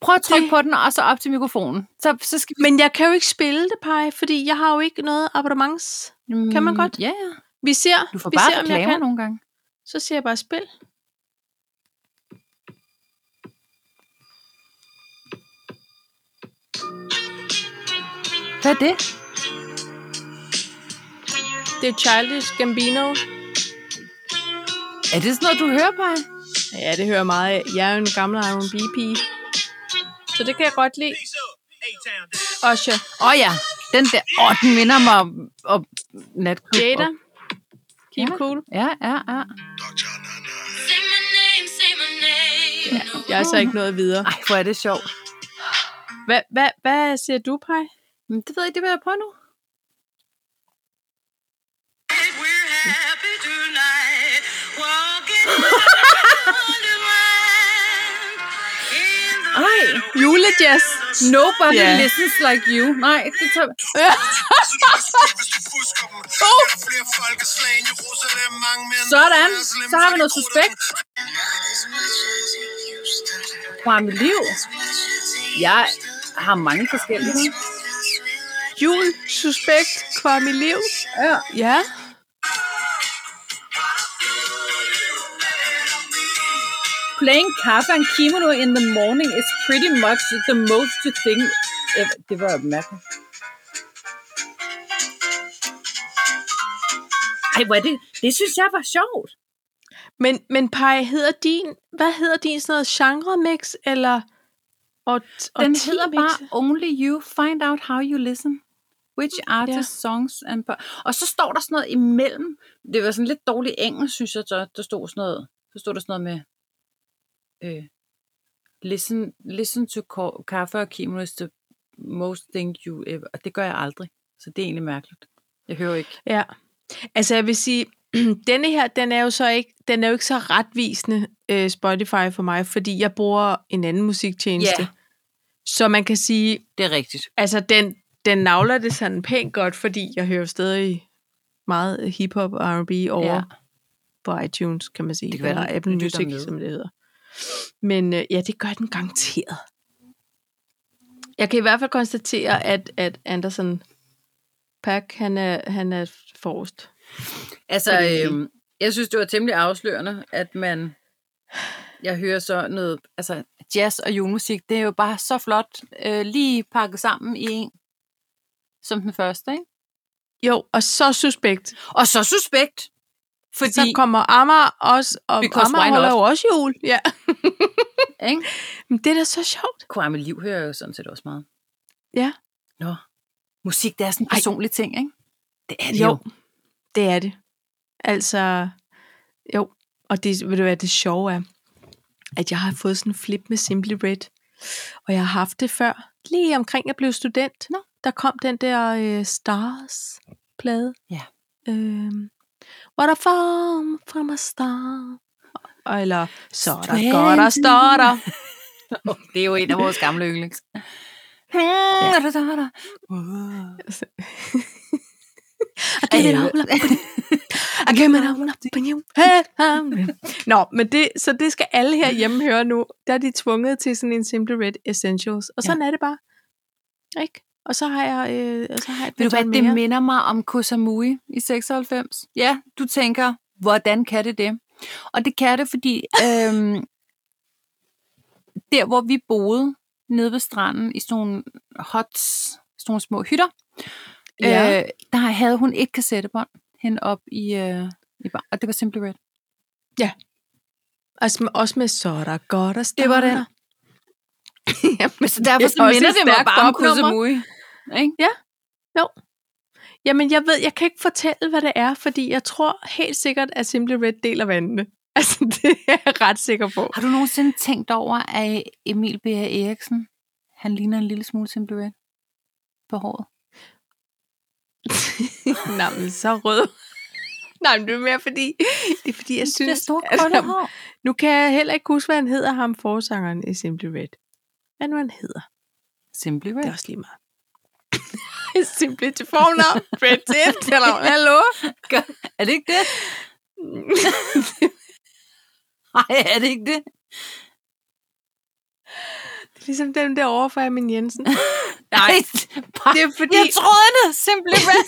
A: Prøv at trykke
B: Det-
A: på den, og så op til mikrofonen. Så, så skal vi...
B: men jeg kan jo ikke spille det, Paj, fordi jeg har jo ikke noget abonnements. kan man
A: Mm,
B: godt?
A: Ja, ja.
B: Vi ser,
A: Du får
B: vi
A: bare
B: ser om jeg
A: reklamer
B: kan.
A: nogle gange.
B: Så siger jeg bare spil.
A: Hvad er det?
B: Det er Childish Gambino.
A: Er det sådan noget, du hører på?
B: Ja, det hører meget af. Jeg er jo en gammel R&B-pige. Så det kan jeg godt lide. Osha.
A: Åh oh, ja, den der. Åh, oh, den minder mig om, om natklub.
B: Jada. Keep
A: Ja.
B: cool.
A: Ja, ja, ja.
C: Say my name, say my name.
B: Jeg er så ikke noget videre.
A: Ej, hvor er det sjovt.
B: Hvad, hvad, hvad siger du, Paj?
A: Men det ved jeg, det vil jeg prøve nu.
C: We're happy tonight. Walking on
A: Ej,
C: the
B: Julejazz.
A: nobody
B: Ja.
A: listens like you. Nej, det tager...
C: Sådan, så har vi noget suspekt.
A: Fra mit liv. Jeg har mange forskellige.
B: Jul, suspekt, kvarm i liv.
A: Ja.
B: Ja.
A: Playing kaffe and kimono in the morning is pretty much the most you think. ever. Det var mærkeligt. Ej, hvor er det? Det synes jeg var sjovt.
B: Men, men Paj, hedder din, hvad hedder din sådan noget genre-mix, eller og, og
A: Den hedder bare Only You Find Out How You Listen. Which artist, yeah. songs and... po- Og så står der sådan noget imellem. Det var sådan lidt dårlig engelsk, synes jeg, så der stod sådan noget, så stod der sådan noget med... Øh, listen, listen to Ka- Kafka og Kimo is the most thing you ever... Og det gør jeg aldrig, så det er egentlig mærkeligt. Jeg hører ikke.
B: Ja. Altså jeg vil sige, *clears throat* denne her, den er jo så ikke, den er jo ikke så retvisende øh, Spotify for mig, fordi jeg bruger en anden musiktjeneste.
A: Ja.
B: Så man kan sige,
A: Det er rigtigt.
B: altså den, den navler det sådan pænt godt, fordi jeg hører stadig meget hiphop og R&B over
A: Ja.
B: ja. på iTunes, kan man sige.
A: Det kan være,
B: eller
A: den
B: Apple
A: lytter
B: Music,
A: med.
B: som det hedder. Men øh, ja, det gør den garanteret. Jeg kan i hvert fald konstatere, at, at Anderson Pack, han er, han er forrest.
A: Altså,
B: På det
A: øhm, jeg synes, det var temmelig afslørende, at man... Jeg hører så noget... Altså, jazz og julemusik, det er jo bare så flot. Øh, lige pakket sammen i en. Som den første, ikke?
B: Jo, og så suspekt.
A: Og så suspekt. Fordi...
B: Så kommer Amager også, og
A: Because why
B: Amager holder
A: not?
B: jo også jul. Ja.
A: Ikke?
B: Men det er da så sjovt.
A: Kwame Liv hører jeg jo sådan set også meget.
B: Ja.
A: Nå. Musik, det er sådan en
B: Ej.
A: personlig ting, ikke? Det er det jo.
B: Jo, det er det. Altså, jo. Og det, ved du hvad, det sjove er, at jeg har fået sådan en flip med Simply Red. Og jeg har haft det før, lige omkring jeg blev student. Nå. Der kom den der øh, Stars-plade.
A: Ja.
B: Øh, What a farm from a star. Og- Eller, så er der godt og står der.
A: Det er jo en af vores gamle yndlings. Ja.
B: I gave it all up in you. I gave it all up in you. Head on. Nå, men det, så det skal alle herhjemme høre nu. Der er de tvunget til sådan en Simple Red Essentials. Og sådan ja. er det bare. Ikke? Og så har jeg, øh, og så har jeg
A: Ved du hvad,
B: Benton
A: det
B: Mayer.
A: minder mig om Kosamui i 96. Ja, du tænker, hvordan kan det det? Og det kan det, *laughs* fordi øhm, der, hvor vi boede nede ved stranden i sådan nogle huts, sådan nogle små hytter,
B: Ja.
A: ja. øh, der havde hun et kassettebånd hen op i, øh, i bar, og det var Simply Red.
B: Og sm- også med så er der godt og
A: Det var den.
B: *laughs* Jamen,
A: Så derfor så minder det mig bare om Kosamui. Ikke?
B: Jamen, jeg ved, jeg kan ikke fortælle, hvad det er, fordi jeg tror helt sikkert, at Simple Red deler vandene. *laughs* Altså, det er jeg ret sikker på.
A: Har du nogensinde tænkt over, at Emil B. Eriksen, han ligner en lille smule Simply Red på håret?
B: Nej, men så rød. *laughs* Nej, men det er mere fordi, det er fordi, jeg
A: Det er
B: synes, *laughs* Altså,
A: store,
B: at
A: kolde
B: ham-
A: hår.
B: nu kan jeg heller ikke huske, hvad han hedder, ham forsangeren i Simply Red. Hvad nu han hedder?
A: Simply
B: Det er
A: Red.
B: også lige *laughs* meget. Simply til fornavn, Red Tip, eller hallo?
A: Er det ikke det? *laughs* Nej, er det ikke det?
B: Det er ligesom dem der overfor Amin *laughs* Jensen.
A: Nej.
B: Det er fordi,
A: Jeg troede det. Simply Red.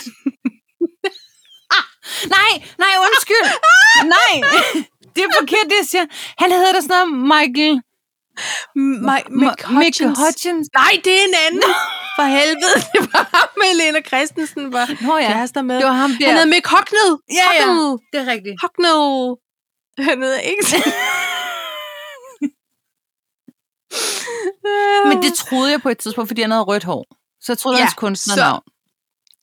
A: Ah, *laughs* nej, nej, undskyld. *laughs* Nej. Det er forkert, det jeg siger. Han hedder da sådan noget Michael...
B: Mike, Mick
A: Ma- Mick
B: Hutchins.
A: Hutchins.
B: Nej, det er en anden. For helvede, det var ham med Helena Christensen, var
A: Nå ja,
B: kærester med.
A: det var ham der.
B: Han hedder Mick Hocknell.
A: Ja, ja.
B: Hocknell.
A: Det er rigtigt.
B: Hocknell. Han hedder ikke *laughs*
A: Men det troede jeg på et tidspunkt, fordi han havde rødt hår. Så jeg troede, ja,
B: Ja,
A: hans kunstnernavn.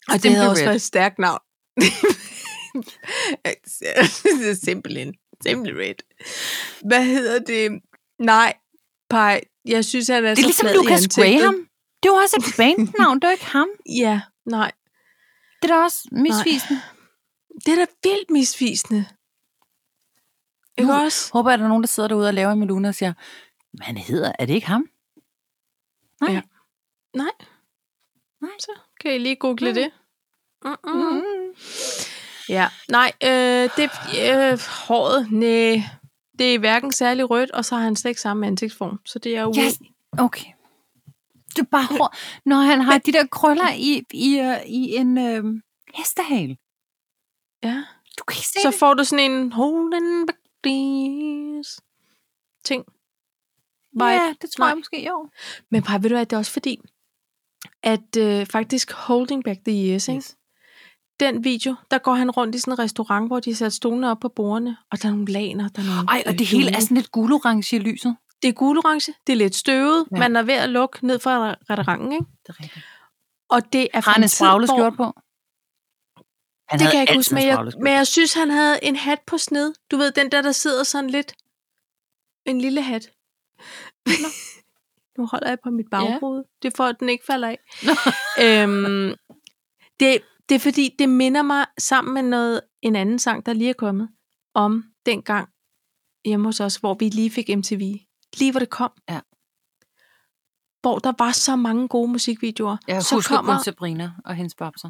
B: og det
A: Simply
B: havde også
A: Red.
B: været et stærkt navn. *laughs* Simpelthen. Simpelthen red. Hvad hedder det? Nej, Pej. Jeg synes, han er
A: Det er
B: så
A: ligesom
B: flad i
A: Lucas
B: ansigtet.
A: Graham. Det var også et bandnavn, det var ikke ham.
B: Ja, nej.
A: Det er da også misvisende.
B: Det er da vildt misvisende. Ikke
A: Nu-
B: også?
A: Håber, at der er nogen, der sidder derude og laver en melune og siger, "Men han hedder, er det ikke ham? Nej.
B: Ja. Nej.
A: Nej.
B: Så kan I lige google
A: Mm.
B: det.
A: Uh.
B: Mm-mm. Ja, nej, øh, det øh, håret, nej, det er hverken særlig rødt, og så har han slet ikke samme ansigtsform, så det er jo...
A: Yes. Okay. Det er bare hår. Når han har de der krøller i, i, øh, i en øh, hestehale.
B: Ja.
A: Du kan ikke se
B: Så
A: det.
B: får du sådan en holding back please ting. Vibe.
A: Ja, det tror
B: Nej.
A: jeg måske, jo.
B: Men bare ved du at det er også fordi, at øh, faktisk Holding Back the Years, ikke?
A: Yes.
B: den video, der går han rundt i sådan en restaurant, hvor de har sat stolene op på bordene, og der er nogle laner, der er nogle...
A: Ej, og
B: øh,
A: det hele
B: jule.
A: er sådan lidt gulorange i lyset.
B: Det er gulorange, det er lidt støvet,
A: Ja.
B: ja. man er ved at lukke ned fra restauranten, ikke?
A: Det er rigtigt.
B: Og det er
A: Har
B: fra
A: han
B: en
A: en
B: tid,
A: spragle
B: hvor-
A: skjort på? Han
B: Det
A: havde
B: kan jeg ikke
A: altid
B: huske, men
A: en
B: jeg,
A: spravleskjorte.
B: men jeg synes, han havde en hat på sned. Du ved, den der, der sidder sådan lidt. En lille hat. *laughs* nu holder jeg på mit baghoved. Ja. Det er for, at den ikke falder af. *laughs* øhm, det, det er fordi, det minder mig sammen med noget, en anden sang, der lige er kommet, om dengang hjemme hos os, hvor vi lige fik MTV. Lige hvor det kom.
A: Ja.
B: Hvor der var så mange gode musikvideoer.
A: Jeg
B: så
A: husker kommer... kun Sabrina og hendes babser.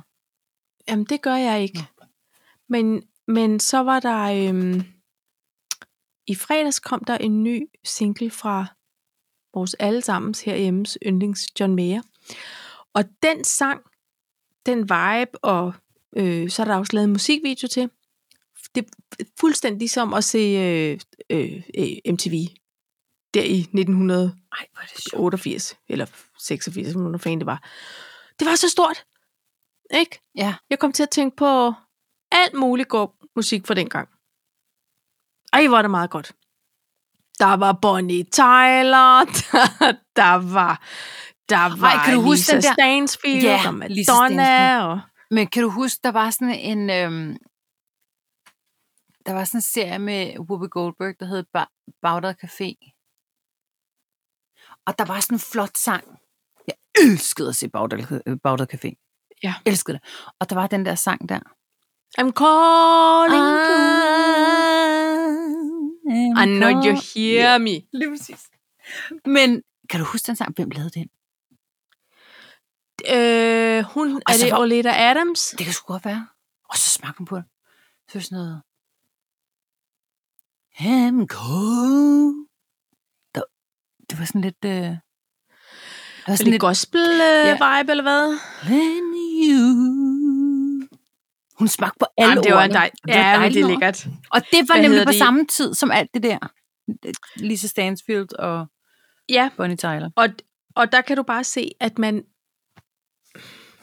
B: Jamen, det gør jeg ikke. Men, men så var der... Øhm, I fredags kom der en ny single fra vores allesammens herhjemmes yndlings John Mayer. Og den sang, den vibe, og øh, så er der også lavet en musikvideo til. Det er fuldstændig som at se øh, øh, øh, MTV der i 1900
A: Ej, hvor er det
B: 88, eller 86, hvor fanden det var. Det var så stort, ikke?
A: Ja.
B: Jeg kom til at tænke på alt muligt god musik fra dengang. Ej, hvor er det meget godt. Der var Bonnie Tyler, *laughs* der, der var der var
A: kan du huske
B: Lisa
A: den der-
B: Stansfield,
A: Ja,
B: og
A: Lisa
B: Madonna, og
A: Men kan du huske, der var sådan en... Øhm, der var sådan en serie med Whoopi Goldberg, der hed ba- Bagdad Café. Og der var sådan en flot sang. Jeg elskede at se Bagdad, øh, Bagdad Café.
B: Ja.
A: Elskede det. Og der var den der sang der.
B: I'm calling
A: Ah,
B: you. I know you hear me.
A: Lige præcis. Men kan du huske den sang? Hvem lavede den?
B: Øh, hun, er
A: så
B: det
A: var-
B: Oleta Adams?
A: Det kan sgu godt være. Og så smagte hun på det. Så er det sådan noget... Ham cold. Der, det var sådan lidt... Øh, det var
B: Er
A: sådan
B: det
A: lidt... Ja.
B: gospel-vibe, eller hvad?
A: When you... Hun smagte på alle
B: Jamen, det var en
A: ordene.
B: dej...
A: Det var et
B: Ja, men
A: dejligt
B: det er
A: nummer.
B: lækkert.
A: Og det var
B: Hvad
A: nemlig
B: hedder
A: på
B: de?
A: samme tid som alt det der. Lisa Stansfield og
B: Ja,
A: Bonnie Tyler.
B: og, og der kan du bare se, at man...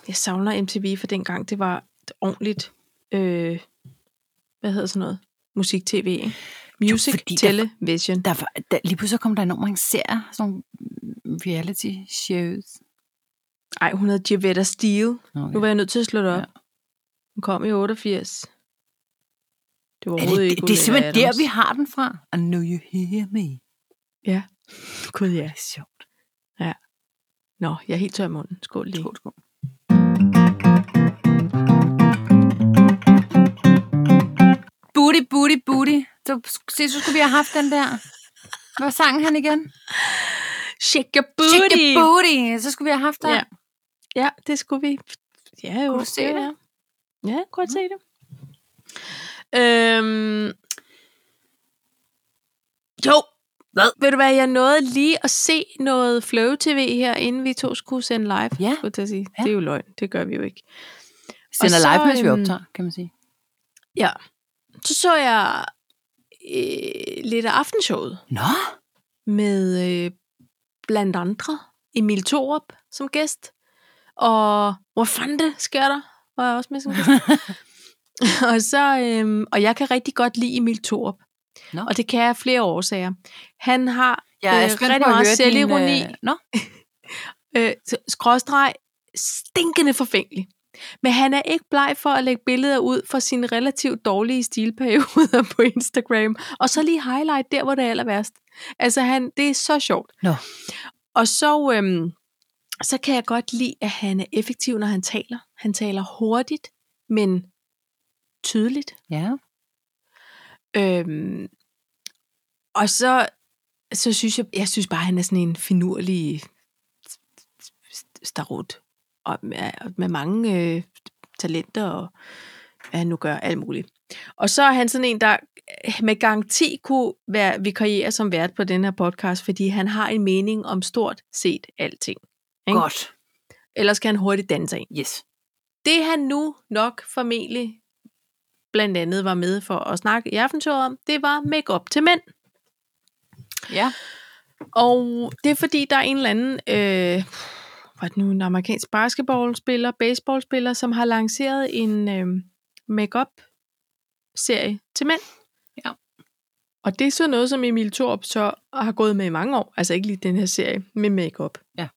B: Jeg savner MTV for dengang, det var et ordentligt... Øh, hvad hedder sådan noget? Musik-tv, ikke? Music,
A: fordi der-
B: television.
A: Der var, der, lige pludselig kom der enormt mange serier, sådan nogle reality shows.
B: Ej, hun hed Javetta Steele.
A: Nå,
B: Nu var jeg nødt til at slå det op.
A: Ja.
B: Hun kom i 88. Det var
A: Er det,
B: overhovedet
A: det,
B: ikke
A: det er
B: Olivia
A: simpelthen der,
B: Adams.
A: vi har den fra. I know you hear me.
B: Ja. Gud, ja.
A: Det er sjovt.
B: Nå, jeg er helt tør i munden. Skål lige.
A: Skål, skål. Booty, booty, booty. Så, se, så skulle vi have haft den der. Hvad sang han igen?
B: Shake your
A: Shake
B: booty!
A: your booty. Så skulle vi have haft den.
B: Ja. Ja, det skulle vi. Ja, jo.
A: Kunne du se
B: ja,
A: det?
B: Ja, ja jeg kunne godt se det. Øhm, jo, hvad? Ved du hvad, jeg nåede lige at se noget Flow TV her, inden vi to skulle sende live.
A: Ja.
B: Skulle jeg til at sige.
A: Ja.
B: Det er jo løgn, det gør vi jo ikke.
A: Vi Sender
B: Og så,
A: live, mens vi
B: øhm,
A: optager, kan man sige.
B: Så så jeg øh, lidt af aftenshowet
A: Nå,
B: med øh, blandt andre Emil Thorup som gæst, og hvor fanden det sker der, var jeg også med som gæst. og, så, øhm, og jeg kan rigtig godt lide Emil Thorup.
A: Nå.
B: Og det kan jeg af flere årsager. Han har
A: jeg er
B: Øh,
A: spændt
B: rigtig
A: på at
B: meget
A: høre din,
B: selvironi.
A: øh, Nå,
B: øh, s- skråstreg stinkende forfængelig. Men han er ikke bleg for at lægge billeder ud for sine relativt dårlige stilperioder på Instagram. Og så lige highlight der, hvor det er aller værst. Altså, han, det er så sjovt.
A: Nå.
B: Og så, øhm, så kan jeg godt lide, at han er effektiv, når han taler. Han taler hurtigt, men tydeligt.
A: ja.
B: Øhm, og så, så synes jeg, jeg synes bare, han er sådan en finurlig starot. Og med, med mange øh, talenter og hvad han nu gør, alt muligt. Og så er han sådan en, der med garanti kunne være vikariere som vært på den her podcast, fordi han har en mening om stort set alting. Ikke?
A: Godt.
B: Ellers kan han hurtigt danse af
A: Yes.
B: det han nu nok formentlig blandt andet var med for at snakke i aftentøjet om, det var makeup til mænd.
A: Ja.
B: Og det er fordi, der er en eller anden, øh, hvad er det nu, en amerikansk basketballspiller, baseballspiller, som har lanceret en øh, makeup serie til mænd.
A: Ja.
B: Og det er så noget, som Emil Thorup så har gået med i mange år. Altså ikke lige den her serie med makeup.
A: Ja.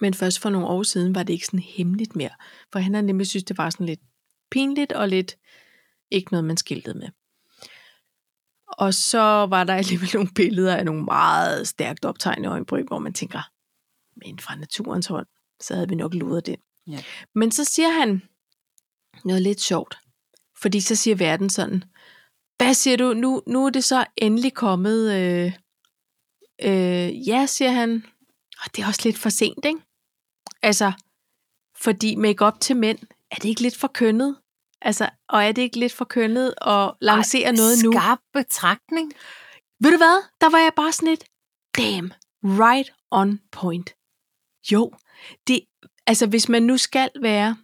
B: Men først for nogle år siden var det ikke sådan hemmeligt mere, for han havde nemlig synes, det var sådan lidt pinligt og lidt ikke noget, man skiltede med. Og så var der alligevel nogle billeder af nogle meget stærkt optegnede øjenbryn, hvor man tænker, men fra naturens hånd, så havde vi nok luret det.
A: Ja.
B: Men så siger han noget lidt sjovt, fordi så siger verden sådan, hvad siger du, nu, nu er det så endelig kommet, øh, øh, ja, siger han, og det er også lidt for sent, ikke? Altså, fordi makeup til mænd, er det ikke lidt for kønnet? Altså, og er det ikke lidt for kønnet at lancere Ej, noget nu?
A: Skarp betragtning.
B: Ved du hvad? Der var jeg bare sådan lidt, damn, right on point. Jo, det, altså hvis man nu skal
A: *laughs*
B: være,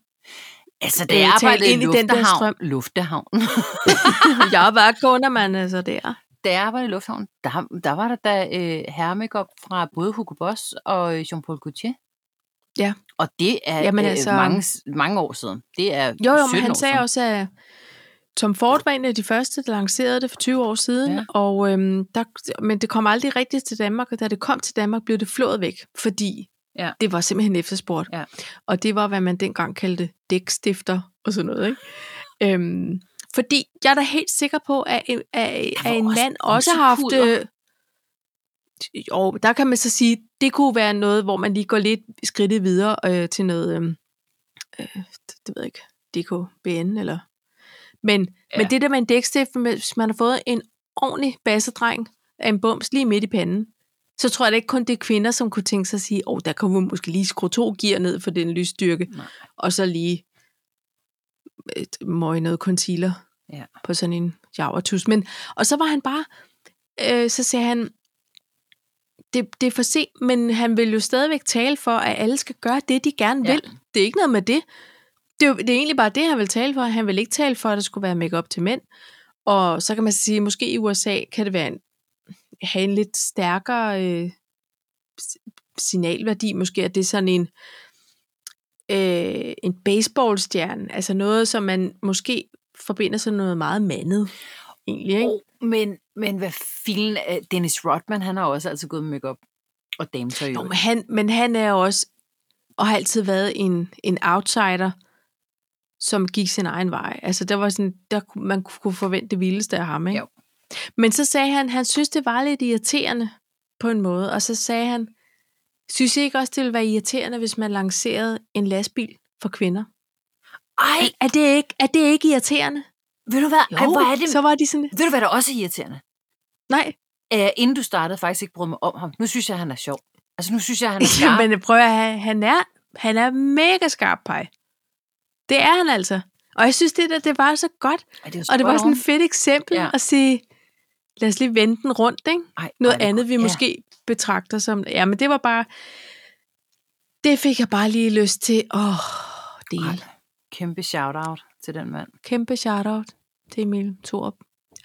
A: Altså,
B: Øh,
A: det
B: talt
A: arbejdet i
B: ind i den der
A: Lufthavn.
B: strøm.
A: Lufthavn.
B: jeg var kunder, man altså der.
A: da jeg arbejdede i Lufthavn, der, der var der da øh, herremikop fra både Hugo Boss og øh, Jean-Paul Gaultier.
B: Ja.
A: Og det er
B: Jamen
A: Jamen,
B: altså-
A: altså, mange, mange år siden. Det er
B: Jo, jo,
A: 17
B: men
A: år
B: han sagde
A: siden.
B: også, at Tom Ford var en af de første, der lancerede det for 20 år siden, ja.
A: Ja.
B: og, øhm, der, men det kom aldrig rigtigt til Danmark, og da det kom til Danmark, blev det flået væk, fordi
A: Ja.
B: det var simpelthen efterspurgt.
A: Ja.
B: Og det var, hvad man dengang kaldte dækstifter og sådan noget. Ikke? Øhm, fordi jeg er da helt sikker på, at en, at,
A: Der var
B: at en
A: også
B: mand også har haft...
A: bronzepuder.
B: Øh, jo, der kan man så sige, det kunne være noget, hvor man lige går lidt skridtet videre øh, til noget... Øh, øh, det, det ved jeg ikke, DKBN eller... Men, ja. men
A: Ja.
B: det der med en dækstift, hvis man har fået en ordentlig bassedreng af en bums lige midt i panden, så tror jeg da ikke kun det er kvinder, som kunne tænke sig at sige, åh, oh, der kunne vi måske lige skrue to gear ned for den lysstyrke,
A: Nej.
B: og så lige et, møge noget concealer
A: Ja.
B: på sådan en javertus. Men, og så var han bare, øh, så sagde han, det, det er for sent, men han vil jo stadigvæk tale for, at alle skal gøre det, de gerne
A: Ja.
B: vil. Det er ikke noget med det. Det er, jo, det er egentlig bare det, han vil tale for. Han vil ikke tale for, at der skulle være makeup til mænd. Og så kan man sige, at måske i USA kan det være en, have en lidt stærkere øh, s- signalværdi. Måske at det er sådan en, øh, en baseballstjerne. Altså noget, som man måske forbinder sig noget meget mandet. Egentlig, ikke?
A: Oh, men, men hvad filen er, Dennis Rodman, han har også altid gået med makeup og dametøj. i
B: Jo, men
A: øvrigt.
B: han, men han er jo også, og har altid været en, en outsider, som gik sin egen vej. Altså, der var sådan, der, kunne- man kunne forvente det vildeste af ham, ikke?
A: Jo.
B: Men så sagde han, han synes, det var lidt irriterende på en måde, og så sagde han, synes jeg ikke også, det ville være irriterende, hvis man lancerede en lastbil for kvinder?
A: Ej,
B: Er, er, det, ikke, er det ikke irriterende?
A: ved du hvad? Ej, hvor er det?
B: Så var de sådan,
A: Ved du hvad, der også er irriterende?
B: nej,
A: Æ, inden du startede, faktisk ikke brød mig om ham. Nu synes jeg, han er sjov. Altså, nu synes jeg, han er skarp.
B: *laughs* Jamen prøv at have, han er, han er mega skarp, Paj. Det er han altså. Og jeg synes, det, der, det var så godt.
A: Ej, det
B: Og det var
A: spot
B: sådan
A: on.
B: et fedt eksempel ja.
A: Ja.
B: at sige, lad os lige vende den rundt, ikke?
A: Ej,
B: Noget
A: ej, hvor-
B: andet, vi ja. måske betragter som... Ja, men det var bare... Det fik jeg bare lige lyst til. Åh, oh, det
A: Ja.
B: er
A: Ej, kæmpe shout-out til den mand.
B: kæmpe shout-out til Emil Thorup.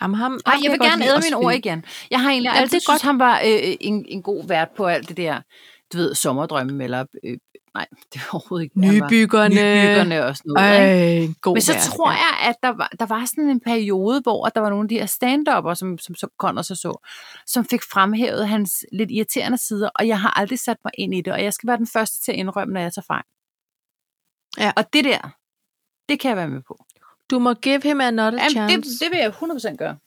B: Jamen, ham, ham
A: Ej,
B: kan
A: jeg vil
B: godt
A: gerne
B: lide
A: æde
B: også,
A: mine
B: fordi-
A: ord igen. Jeg har egentlig
B: Jamen,
A: altid
B: det er godt.
A: synes, han var øh, en, en god vært på alt det der, du ved, sommerdrømme, eller øh, nej, *laughs* det var overhovedet ikke. han var-
B: Nybyggerne.
A: Nybyggerne og sådan noget. ikke?
B: Ej, en god
A: Men så
B: vært.
A: tror jeg, at der var, der var sådan en periode, hvor der var nogle af de her stand som, som, som Connor så så, som fik fremhævet hans lidt irriterende sider, og jeg har aldrig sat mig ind i det, og jeg skal være den første til at indrømme, når jeg tager fejl.
B: Ja.
A: Og det der, det kan jeg være med på.
B: Du må give him another
A: Jamen,
B: chance.
A: det, det vil jeg 100% gøre.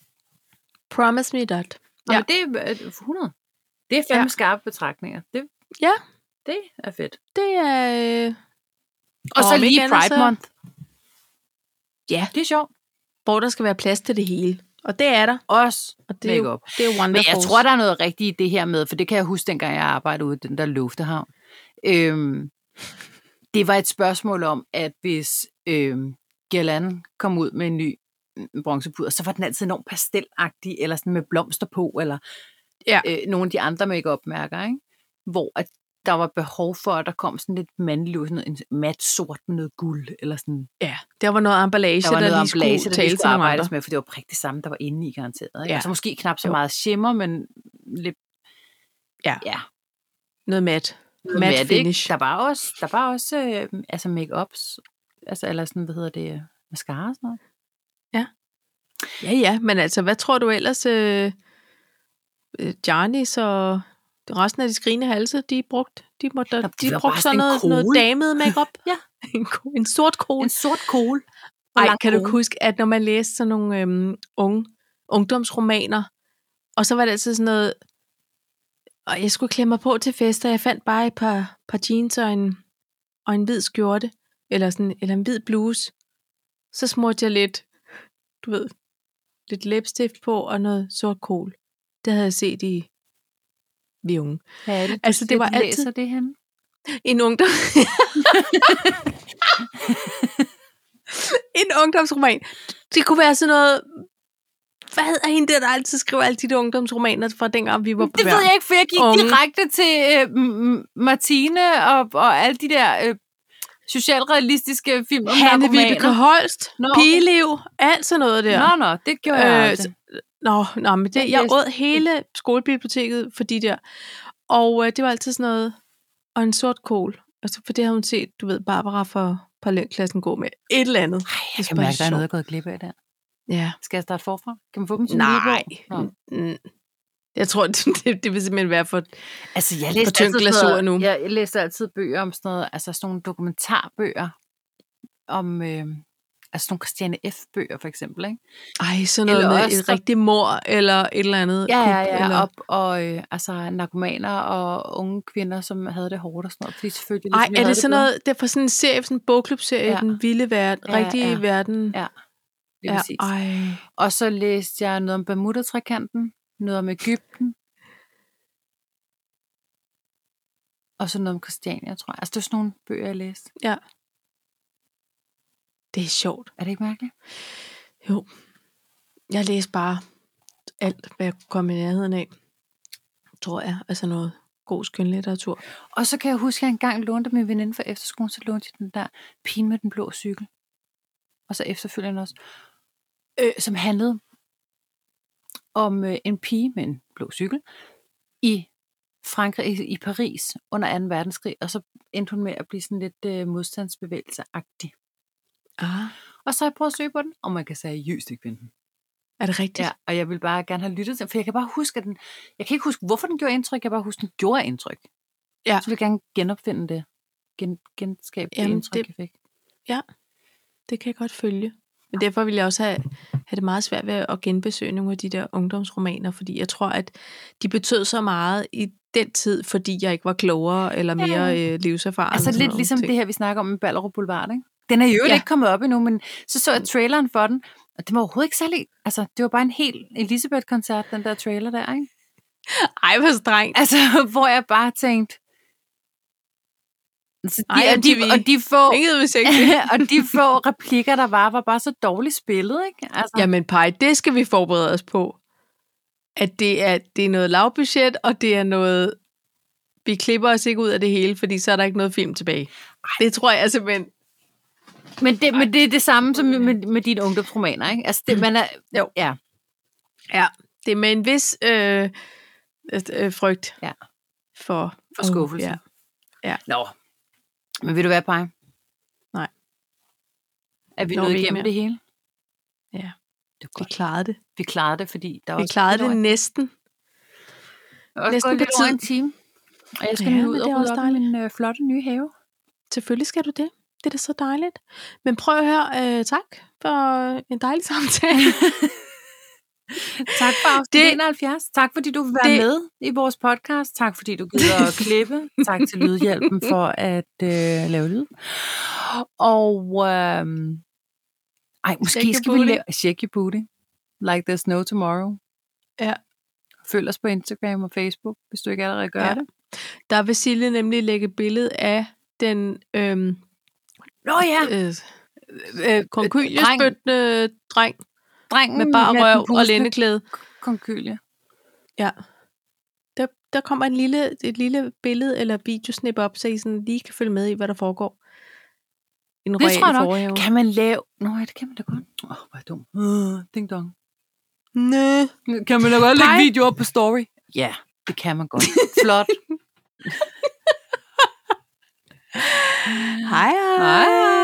B: Promise me that.
A: Ja.
B: Ja.
A: Jamen, det er øh, 100. Det er fandme ja. skarpe betragtninger. Det,
B: Ja.
A: Det er fedt.
B: Det er... Øh,
A: Og, og så
B: om
A: lige
B: ikke andet,
A: Pride
B: så-
A: Month.
B: Ja.
A: Det er sjovt.
B: hvor der skal være plads til det hele. Og det er der.
A: Også.
B: Og det er, jo,
A: Makeup.
B: det er wonderful.
A: Men jeg tror, der er noget rigtigt i det her med, for det kan jeg huske, dengang jeg arbejdede ude i den der lufthavn. Øhm, det var et spørgsmål om, at hvis øhm, Galan kom ud med en ny mm, bronzepuder, så var den altid enormt pastelagtig, eller sådan med blomster på, eller
B: Ja.
A: øh, nogle af de andre make-up-mærker, ikke? hvor at der var behov for, at der kom sådan lidt mandlig, ud, sådan noget, en mat sort med noget guld, eller sådan.
B: Ja, der var noget emballage,
A: Der
B: der,
A: var noget
B: lige
A: emballage,
B: skulle
A: der
B: tale
A: lige
B: til
A: skulle
B: nogle andre.
A: arbejdes med, for det var prægt det samme, der var inde i garanteret. Ikke?
B: Ja.
A: Ja. Altså måske knap så
B: Jo.
A: meget shimmer, men lidt
B: Ja.
A: ja.
B: Noget mat.
A: noget
B: Matte
A: med det, ikke?
B: finish.
A: Der var også, der var også øh, altså make-ups, altså, eller sådan, hvad hedder det, øh, mascara og sådan noget.
B: Ja, ja, men altså, hvad tror du ellers? Øh, øh, Janis og... resten af de skrigende halse, de brugte, de måtte,
A: Nå, det
B: de
A: var
B: brugte
A: bare sådan en
B: sådan noget, noget
A: kjole.
B: damet
A: *laughs*
B: makeup. Ja, en, ko- en sort kjole.
A: En sort kål.
B: Ej,
A: lang
B: kan du
A: kjole.
B: huske, at når man læste sådan nogle øhm, unge, ungdomsromaner, og så var det altid sådan noget, og jeg skulle klæde mig på til fester, jeg fandt bare et par, par jeans og en, og en hvid skjorte, eller, sådan, eller en hvid bluse. Så smurte jeg lidt, du ved, lidt læbstift på og noget sort kål. Det havde jeg set i vi unge.
A: Hvad er det, du
B: Altså, det
A: siger,
B: var
A: du
B: altid-
A: læser det henne?
B: En ungdom... en ungdomsroman. Det kunne være sådan noget... Hvad er hende der, der altid skriver alle de der ungdomsromaner fra dengang, vi var på
A: Det ved jeg ikke, for jeg gik
B: Unge.
A: direkte til øh, m- m- Martine og, og alle de der øh, socialrealistiske film om
B: Hanne
A: narkomaner.
B: Vibeke Holst,
A: Nå,
B: Nå,
A: okay.
B: Pigeliv, alt sådan noget der.
A: Nå, nå, det gjorde jeg
B: Øh,
A: aldrig.
B: Nå, nå men
A: Jeg
B: det, jeg
A: læste
B: åd hele skolebiblioteket for de der. Og øh, det var altid sådan noget, og en sort kål. Altså, for det havde hun set, du ved, Barbara fra parallelklassen gå med. Et eller andet. Ej,
A: Jeg kan mærke, der er noget, jeg er gået glip af der.
B: Ja.
A: Skal jeg starte forfra? Kan man få dem som
B: Nej.
A: lydbog? Nå.
B: N- Jeg tror, *laughs* det, det, det vil simpelthen være for...
A: Altså, jeg
B: På tynd
A: altid sådan noget-
B: glasur nu.
A: Jeg, jeg læste altid bøger om sådan noget, altså sådan nogle dokumentarbøger om, øh, altså sådan nogle Christiane F.-bøger for eksempel, ikke?
B: Ej, sådan noget
A: Eller
B: eller med
A: også
B: et
A: så-
B: rigtigt mor, eller et eller andet.
A: Ja, ja,
B: kup,
A: ja,
B: Eller...
A: op og øh, altså narkomaner og unge kvinder, som havde det hårdt og sådan noget, fordi selvfølgelig...
B: Ej,
A: ligesom, jeg
B: er
A: havde
B: det sådan
A: bedre.
B: noget, det er fra sådan en serie, sådan en bogklubserie,
A: Ja.
B: ja. den vilde verden,
A: Ja,
B: ja, rigtige
A: ja.
B: ja. verden.
A: Ja, Lige
B: ja.
A: præcis.
B: Ej.
A: Og så læste jeg noget om Bermuda-trekanten, noget om Ægypten, og så noget om Christiania, tror jeg. Altså, det var sådan nogle bøger, jeg læste.
B: Det er sjovt.
A: Er det ikke mærkeligt?
B: Jo. Jeg læste bare alt, hvad jeg kunne komme i nærheden af. Tror jeg. Altså noget god skønlitteratur.
A: Og så kan jeg huske, at jeg engang lånte af min veninde fra efterskolen, så lånte jeg den der pin med den blå cykel. Og så efterfølgende også. Øh, som handlede om øh, en pige med en blå cykel i Frankrig, i, i Paris under 2. verdenskrig. Og så endte hun med at blive sådan lidt øh, modstandsbevægelseagtig.
B: Ah.
A: Og så har jeg prøvet at søge på den, og man kan seriøst ikke finde den.
B: Er det rigtigt?
A: Ja, og jeg ville bare gerne have lyttet til den, for jeg kan bare huske, at den... Jeg kan ikke huske, hvorfor den gjorde indtryk, jeg kan bare husker, den gjorde indtryk.
B: Ja.
A: Så vil jeg gerne genopfinde det. Gen, genskabe det
B: Jamen,
A: indtryk, det...
B: det-
A: jeg fik.
B: Det kan jeg godt følge. Men derfor vil jeg også have, have det meget svært ved at genbesøge nogle af de der ungdomsromaner, fordi jeg tror, at de betød så meget i den tid, fordi jeg ikke var klogere eller
A: Ja.
B: mere ja. øh, livserfaren.
A: Altså
B: og sådan
A: lidt
B: nogle
A: ligesom
B: ting.
A: det her, vi snakker om med Ballerup Boulevard, ikke? Den er jo ja.
B: Ja. Mm.
A: ikke kommet op endnu, men så så jeg traileren for den, og det var overhovedet ikke særlig... Altså, det var bare en helt Elisabeth-koncert, den der trailer der, ikke? *laughs*
B: Ej, hvor strengt.
A: Altså, hvor jeg bare tænkte... Altså, de,
B: Ej,
A: og, de,
B: MTV.
A: og de få...
B: Ingen hvis jeg
A: *laughs*
B: ikke
A: og de få replikker, der var, var bare så dårligt spillet, ikke? Altså,
B: Jamen, Paj, det skal vi forberede os på. At det er, det er noget lavbudget, og det er noget... Vi klipper os ikke ud af det hele, fordi så er der ikke noget film tilbage. Det tror jeg simpelthen...
A: Men det, men det er det samme som med, med dine ungdomsromaner, ikke? Altså, det, man er,
B: Jo.
A: Ja,
B: Ja, det er med en vis øh, øh, øh, frygt
A: Ja.
B: for, Uh,
A: for skuffelse.
B: ja.
A: ja.
B: Ja.
A: Nå. Men vil du være Paj?
B: Nej.
A: Er vi
B: Når
A: nået
B: vi ikke
A: igennem
B: mere.
A: det hele?
B: Ja.
A: Det er
B: Vi
A: godt.
B: klarede det.
A: Vi klarede det, fordi der var
B: Vi klarede det næsten.
A: næsten
B: næsten
A: gået
B: på
A: lidt over
B: tid.
A: en time. Og jeg skal
B: Ja,
A: ja, nu ud
B: men
A: og
B: det er
A: rydde
B: også
A: op i min øh, flotte nye have.
B: Selvfølgelig skal du det. Det er da så dejligt. Men prøv at høre, øh, tak for en dejlig *laughs* samtale.
A: Tak for afsnit
B: Det-
A: 71. Tak fordi du vil være
B: Det-
A: med i vores podcast. Tak fordi du gider *laughs* at klippe. Tak til Lydhjælpen for at øh, lave lyd. Og øh, ej, måske
B: Shake your
A: skal vi
B: booty.
A: lave... Shake your booty. Like there's no tomorrow.
B: Ja.
A: Følg os på Instagram og Facebook, hvis du ikke allerede gør ja.
B: Ja.
A: det.
B: Der vil Silje nemlig lægge et billede af den øhm,
A: Nå ja,
B: øh,
A: øh,
B: konkyliespyttende dreng
A: drengen
B: med bare røv og
A: pustende
B: lændeklæde.
A: Konkylie.
B: Ja. Der, der kommer en lille, et lille billede eller videosnip op, så I sådan lige kan følge med i, hvad der foregår. I Den
A: Det
B: royale
A: tror jeg nok.
B: forhave.
A: Kan man lave... Nå ja, det kan man da godt. Åh, oh, hvor er jeg dum. *gasps* Uh, ding dong.
B: Næ.
A: Kan man da godt lægge
B: Nej.
A: video op på story? Ja, det kan man godt. Flot.
B: Hej, hej.
A: Hej.